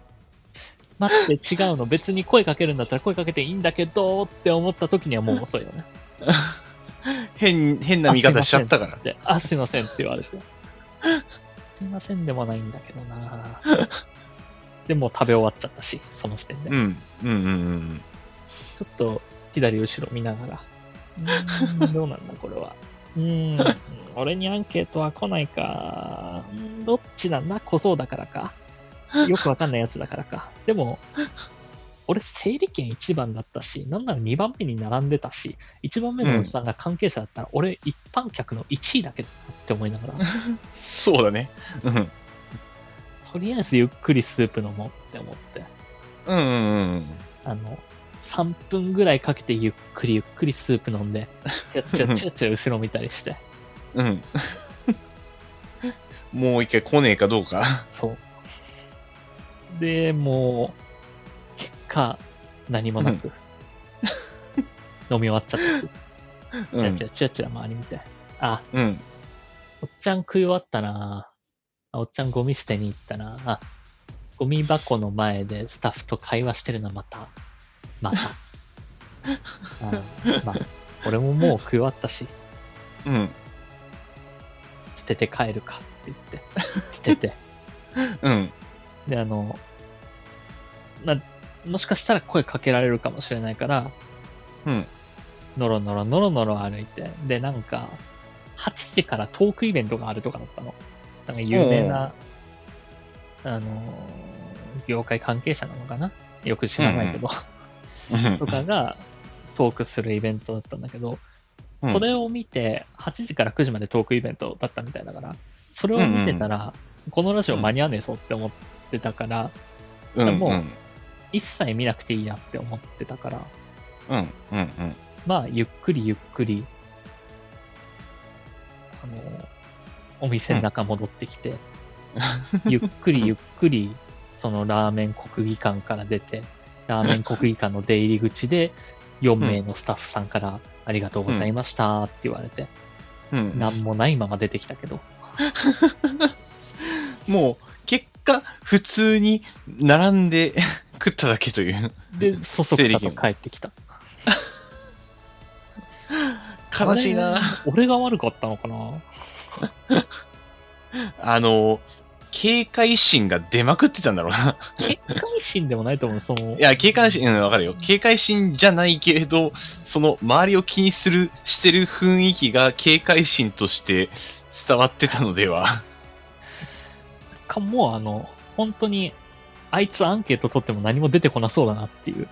S1: 待って、違うの。別に声かけるんだったら声かけていいんだけどって思った時にはもう遅いよね。
S2: 変、変な見方しちゃったから。
S1: あ、すいませんって言われて。 すいませんでもないんだけどな でもう食べ終わっちゃったし、その時点で。
S2: うん。うん。うん。
S1: ちょっと左後ろ見ながら、うーん、どうなんだこれは。うーん、俺にアンケートは来ないか。うーんどっちなんだ小僧だからか。よくわかんないやつだからか。でも、俺整理券1番だったし、なんなら2番目に並んでたし、1番目のおじさんが関係者だったら、俺一般客の1位だけどなって思いながら、
S2: そうだね。うん。
S1: とりあえずゆっくりスープ飲もうって思って。
S2: うんうん
S1: あの、3分ぐらいかけてゆっくりゆっくりスープ飲んで、チラッチラッチラッチラ後ろ見たりして、
S2: うん。うん。 もう一回来ねえかどうか。
S1: そう。で、もう、結果、何もなく、飲み終わっちゃったし、
S2: う
S1: チラチ
S2: ん。
S1: ラチラチラ周り見て、あ、
S2: うん。
S1: おっちゃん食い終わったなあおっちゃんゴミ捨てに行ったなあゴミ箱の前でスタッフと会話してるな、また。また。あまあ、俺ももう食い終わったし、
S2: うん。
S1: 捨てて帰るかって言って、捨てて。
S2: うん。
S1: で、あの、まあ、もしかしたら声かけられるかもしれないから、
S2: うん。
S1: のろのろのろのろ歩いて、で、なんか、8時からトークイベントがあるとかだったの。なんか有名な、あの、業界関係者なのかなよく知らないけど、とかがトークするイベントだったんだけど、それを見て、8時から9時までトークイベントだったみたいだから、それを見てたら、このラジオ間に合わねえぞって思ってたから、
S2: うん。
S1: もう
S2: うん。
S1: 一切見なくていいやって思ってたから、
S2: うん。うん。うん。
S1: まあ、ゆっくりゆっくり、あの、お店の中戻ってきて、ゆっくりゆっくり、そのラーメン国技館から出て、ラーメン国技館の出入り口で、4名のスタッフさんから、ありがとうございましたって言われて、
S2: うん、
S1: なんもないまま出てきたけど。
S2: もう、結果、普通に並んで 食っただけという、
S1: で、そそくさと帰ってきた。
S2: 悲しいな。
S1: 俺が悪かったのかな
S2: あの、警戒心が出まくってたんだろう な。
S1: 警戒心でもないと思う、その
S2: い、や、警戒心、うん、わかるよ。警戒心じゃないけれど、その周りを気にする、してる雰囲気が警戒心として伝わってたのでは。
S1: かもうあの、本当に、あいつアンケート取っても何も出てこなそうだなっていう。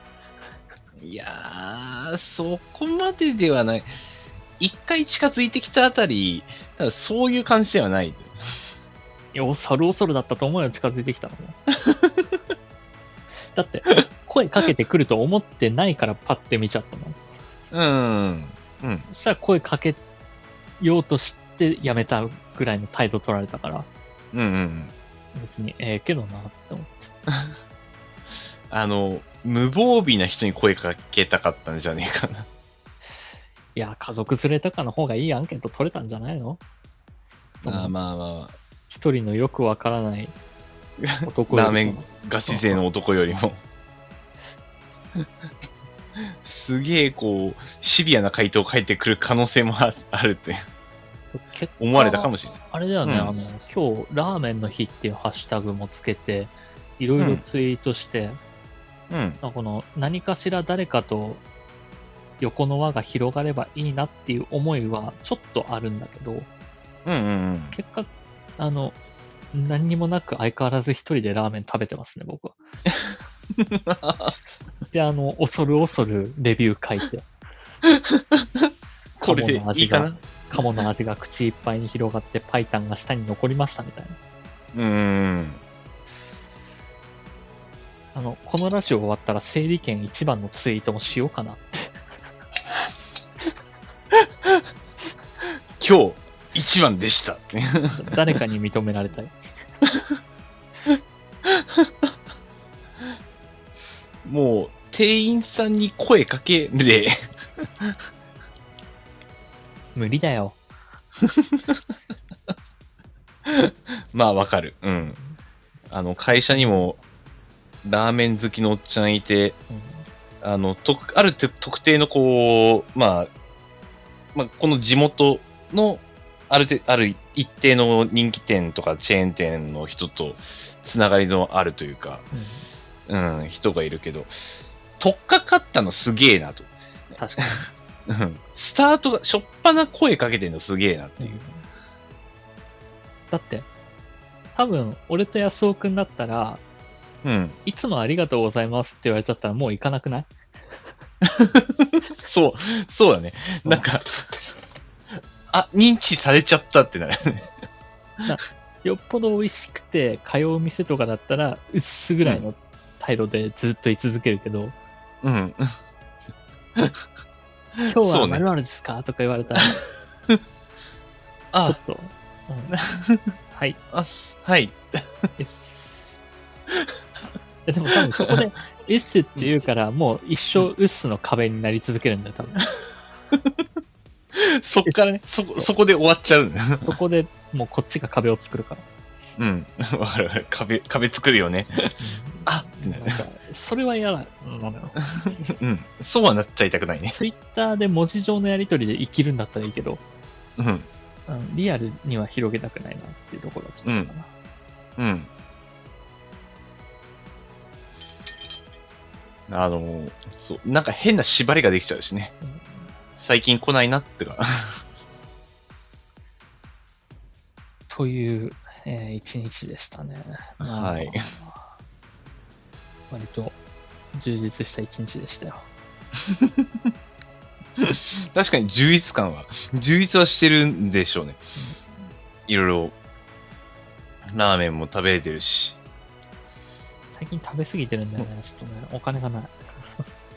S2: いやー、そこまでではない。一回近づいてきたあたり、多分そういう感じではない。
S1: いや、お猿お猿だったと思うよ、近づいてきたのも。だって、声かけてくると思ってないからパッて見ちゃったの。
S2: うん。うん。
S1: そしたら声かけようとしてやめたぐらいの態度取られたから、
S2: うんうん。
S1: 別にええけどなって思って。
S2: あの、無防備な人に声かけたかったんじゃねえかな。
S1: いや、家族連れとかの方がいいアンケート取れたんじゃないのその
S2: まあまあまあ。
S1: 一人のよくわからない 男よりも
S2: ラーメンガチ勢の男よりも。すげえ、こう、シビアな回答返ってくる可能性もああるって
S1: 結果
S2: 思われたかもしれない。
S1: あれだよね、
S2: うん
S1: あの今日ラーメンの日っていうハッシュタグもつけていろいろツイートして、
S2: うん。
S1: まあこの何かしら誰かと横の輪が広がればいいなっていう思いはちょっとあるんだけど
S2: うんうんうん。
S1: 結果あの何にもなく相変わらず一人でラーメン食べてますね僕はであの恐る恐るレビュー書いて
S2: これでいいかな
S1: 鴨の味が口いっぱいに広がってパイタンが下に残りましたみたいな
S2: うんうん
S1: あの、このラジオ終わったら整理券一番のツイートもしようかなって。
S2: 今日、一番でした。
S1: 誰かに認められたい。
S2: もう、店員さんに声かけで、
S1: 無理だよ。
S2: まあわかる。うん。あの、会社にも、ラーメン好きのおっちゃんいて、
S1: うん
S2: あの、と、あるて特定のこう、まあ、まあ、この地元の、あるて、ある一定の人気店とかチェーン店の人とつながりのあるというか、
S1: うん
S2: うん、人がいるけど、とっかかったのすげえなと。
S1: 確か
S2: うんスタートが、しょっぱな声かけてんのすげえなって
S1: に
S2: い。う。
S1: だって、多分、俺と安尾くんだったら、
S2: うん。
S1: いつもありがとうございますって言われちゃったらもう行かなくない
S2: そう、そうだね。なんか、あ、認知されちゃったってなる。
S1: よっぽど美味しくて通う店とかだったら、うっすぐらいの態度でずっと居続けるけど、
S2: うん。
S1: 今日
S2: そ
S1: は
S2: うね
S1: 〇〇ですかとか言われたら、ちょ
S2: あ
S1: っ、と、うん、はい、
S2: あ、すはい。
S1: エッス。 いやでも多分そこで、エッスって言うから、もう一生ウッスの壁になり続けるんだよ、多分。
S2: そっからね、そ、そこで終わっちゃうんだ。
S1: そこでもうこっちが壁を作るから。
S2: うん。 わかるわかる。壁、壁作るよね。あってな
S1: なん
S2: る。
S1: か、それは嫌なの よ。
S2: うん。そうはなっちゃいたくないね。
S1: ツイッターで文字上のやりとりで生きるんだったらいいけど、
S2: うん。
S1: うんリアルには広げたくないなっていうところはちょっとあるかな。
S2: うん。あの、そう、なんか変な縛りができちゃうしね。
S1: うん
S2: 最近来ないなってか。
S1: という、えー一日でしたね。まあ
S2: はい。
S1: 割と充実した一日でしたよ。
S2: 確かに充実感は、充実はしてるんでしょうね。いろいろ、ラーメンも食べれてるし。
S1: 最近食べ過ぎてるんだよね、ちょっとね、お金がない。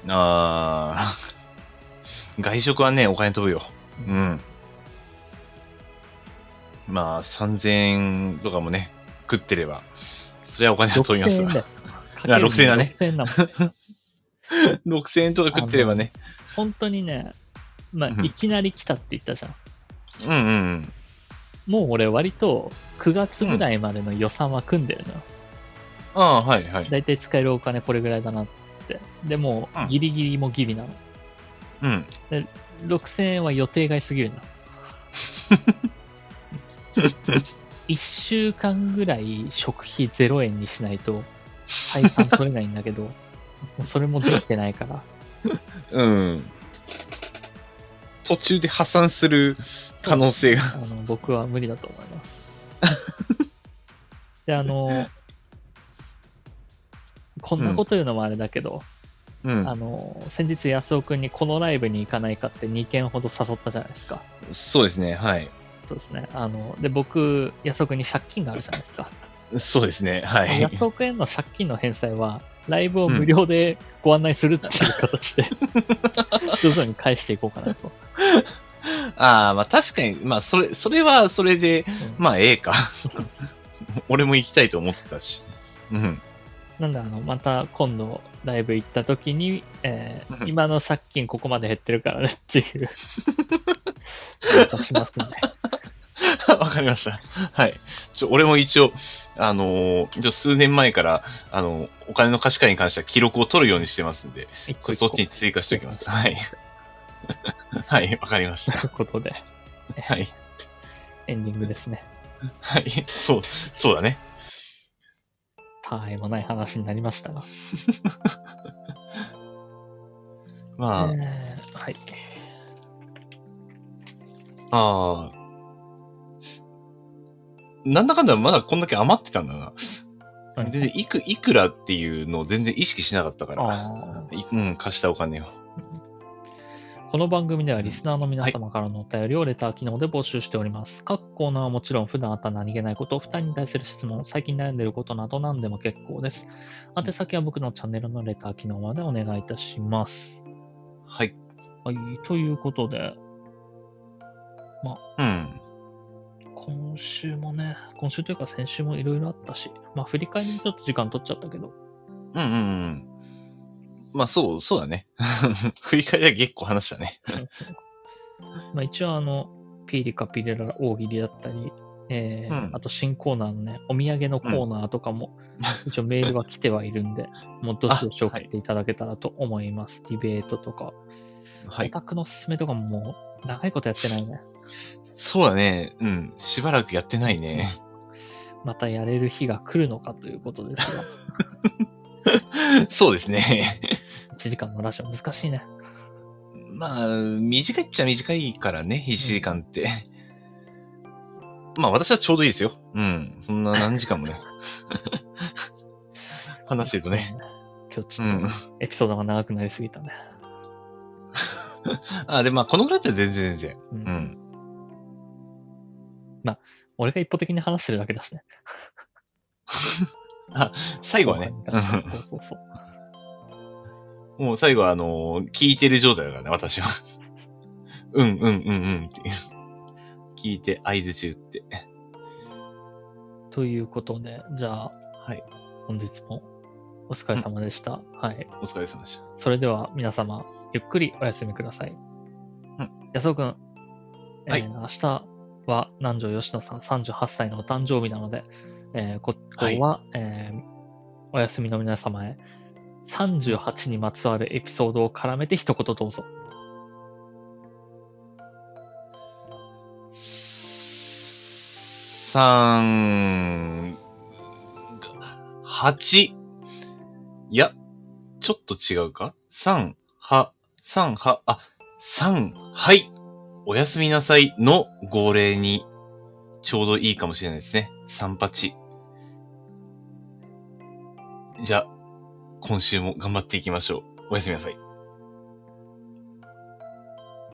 S2: あー、 外食はね、お金飛ぶよ。うん。まあ、3000円とかもね、食ってれば、それはお金が飛びます
S1: 6000円だ
S2: わ
S1: よ。
S2: いや6000円だね
S1: 6000円だもん。
S2: 6000円とか食ってればね。
S1: 本当にね、まあ
S2: う、ん
S1: いきなり来たって言ったじゃん。
S2: うんうん
S1: もう俺割と9月ぐらいまでの予算は組んでるのよ。
S2: ああはいはい
S1: だいたい使えるお金これぐらいだなって。でも
S2: うん
S1: うギリギリもギリなの。
S2: うん
S1: 6000円は予定外すぎ るな。1週間ぐらい食費0円にしないと採算取れないんだけど、もうそれもできてないから。
S2: うん途中で破産する可能性が
S1: あの僕は無理だと思います。で、あの、こんなこと言うのもあれだけど、
S2: うん
S1: あの、先日安尾くんにこのライブに行かないかって2件ほど誘ったじゃないですか。
S2: そうですねはい
S1: そうですね。あの、で、僕、安尾くんに借金があるじゃないですか。
S2: そうですねはい
S1: 安尾くんへの借金の返済は、ライブを無料でご案内するっていう形 で、徐々に返していこうかなと。
S2: ああまあ確かにまあそれそれはそれで
S1: うん
S2: まあええか 俺も行きたいと思ってたしうん
S1: なんであのまた今度ライブ行った時に、えー
S2: うん
S1: 今の借金ここまで減ってるからねって いうことしますね。
S2: わかりました。はい。ちょ、俺も一応、あのー、ちょ数年前から、あのーお金の貸し借りに関しては記録を取るようにしてますんで、
S1: 一個
S2: そ
S1: 一
S2: そ
S1: 個
S2: っちに追加しておきます。はい。 はい、わかりまし
S1: と
S2: た。
S1: いうことで、
S2: はい。
S1: エンディングですね。
S2: はい。そう、そうだね。
S1: たわいもない話になりましたが。
S2: まあ、
S1: えーはい。
S2: ああ。なんだかんだまだこんだけ余ってたんだな。全然いく、いくらっていうのを全然意識しなかったから。
S1: あ
S2: いうん、貸したお金を。
S1: ーこの番組ではリスナーの皆様からのお便りをレター機能で募集しております。各コーナーはもちろん普段あった何気ないこと、負担に対する質問、最近悩んでいることなど何でも結構です。宛先は僕のチャンネルのレター機能までお願いいたします。
S2: はい。
S1: はい、ということで、
S2: うん。
S1: 今週もね、今週というか先週もいろいろあったし、まあ振り返りにちょっと時間取っちゃったけど、
S2: うんうんうん。まあそう、そうだね。 振り返りは結構話したね。
S1: まあ一応あの、ピーリカピレラ大喜利だったり、えー
S2: うん
S1: あと新コーナーのね、お土産のコーナーとかも、一応メールは来てはいるん で、もうどしどし送っていただけたらと思います。ディベートとか、
S2: は
S1: オ
S2: い。
S1: タクのすすめとかももう長いことやってないね。
S2: そうだね。うん。しばらくやってないね。
S1: またやれる日が来るのかということです が、
S2: そうですね。
S1: 1時間のラジオ難しいね。
S2: まあ、短いっちゃ短いからね、1時間って。まあ私はちょうどいいですよ。うん。そんな何時間もね。話してると
S1: そ
S2: ね。
S1: うね。今日ち
S2: う
S1: ょっと
S2: ん。
S1: エピソードが長くなりすぎたね。
S2: あ、で、まあこのぐらいだったら全然全然。
S1: うん
S2: うん。
S1: 俺が一方的に話してるだけだしね。
S2: 最後はね。 う
S1: そうそうそう。
S2: んもう最後はあのー聞いてる状態だからね、私は。 うんうんうんうんって。聞いて、合図中って。
S1: ということで、じゃあ、
S2: はい。
S1: 本日もお疲れ様でした。はい。
S2: お疲れ様でした。。
S1: それでは皆様、ゆっくりお休みください。うん安尾くん、えー
S2: はい
S1: 明日は南條吉野さん38歳のお誕生日なので、えーここは、えーお休みの皆様へ、38にまつわるエピソードを絡めて一言どうぞ。
S2: 三、八。いや、ちょっと違うか三、は、三、は、あ、三、はい。おやすみなさいの号令にちょうどいいかもしれないですね。三八。じゃあ、今週も頑張っていきましょう。おやすみなさい。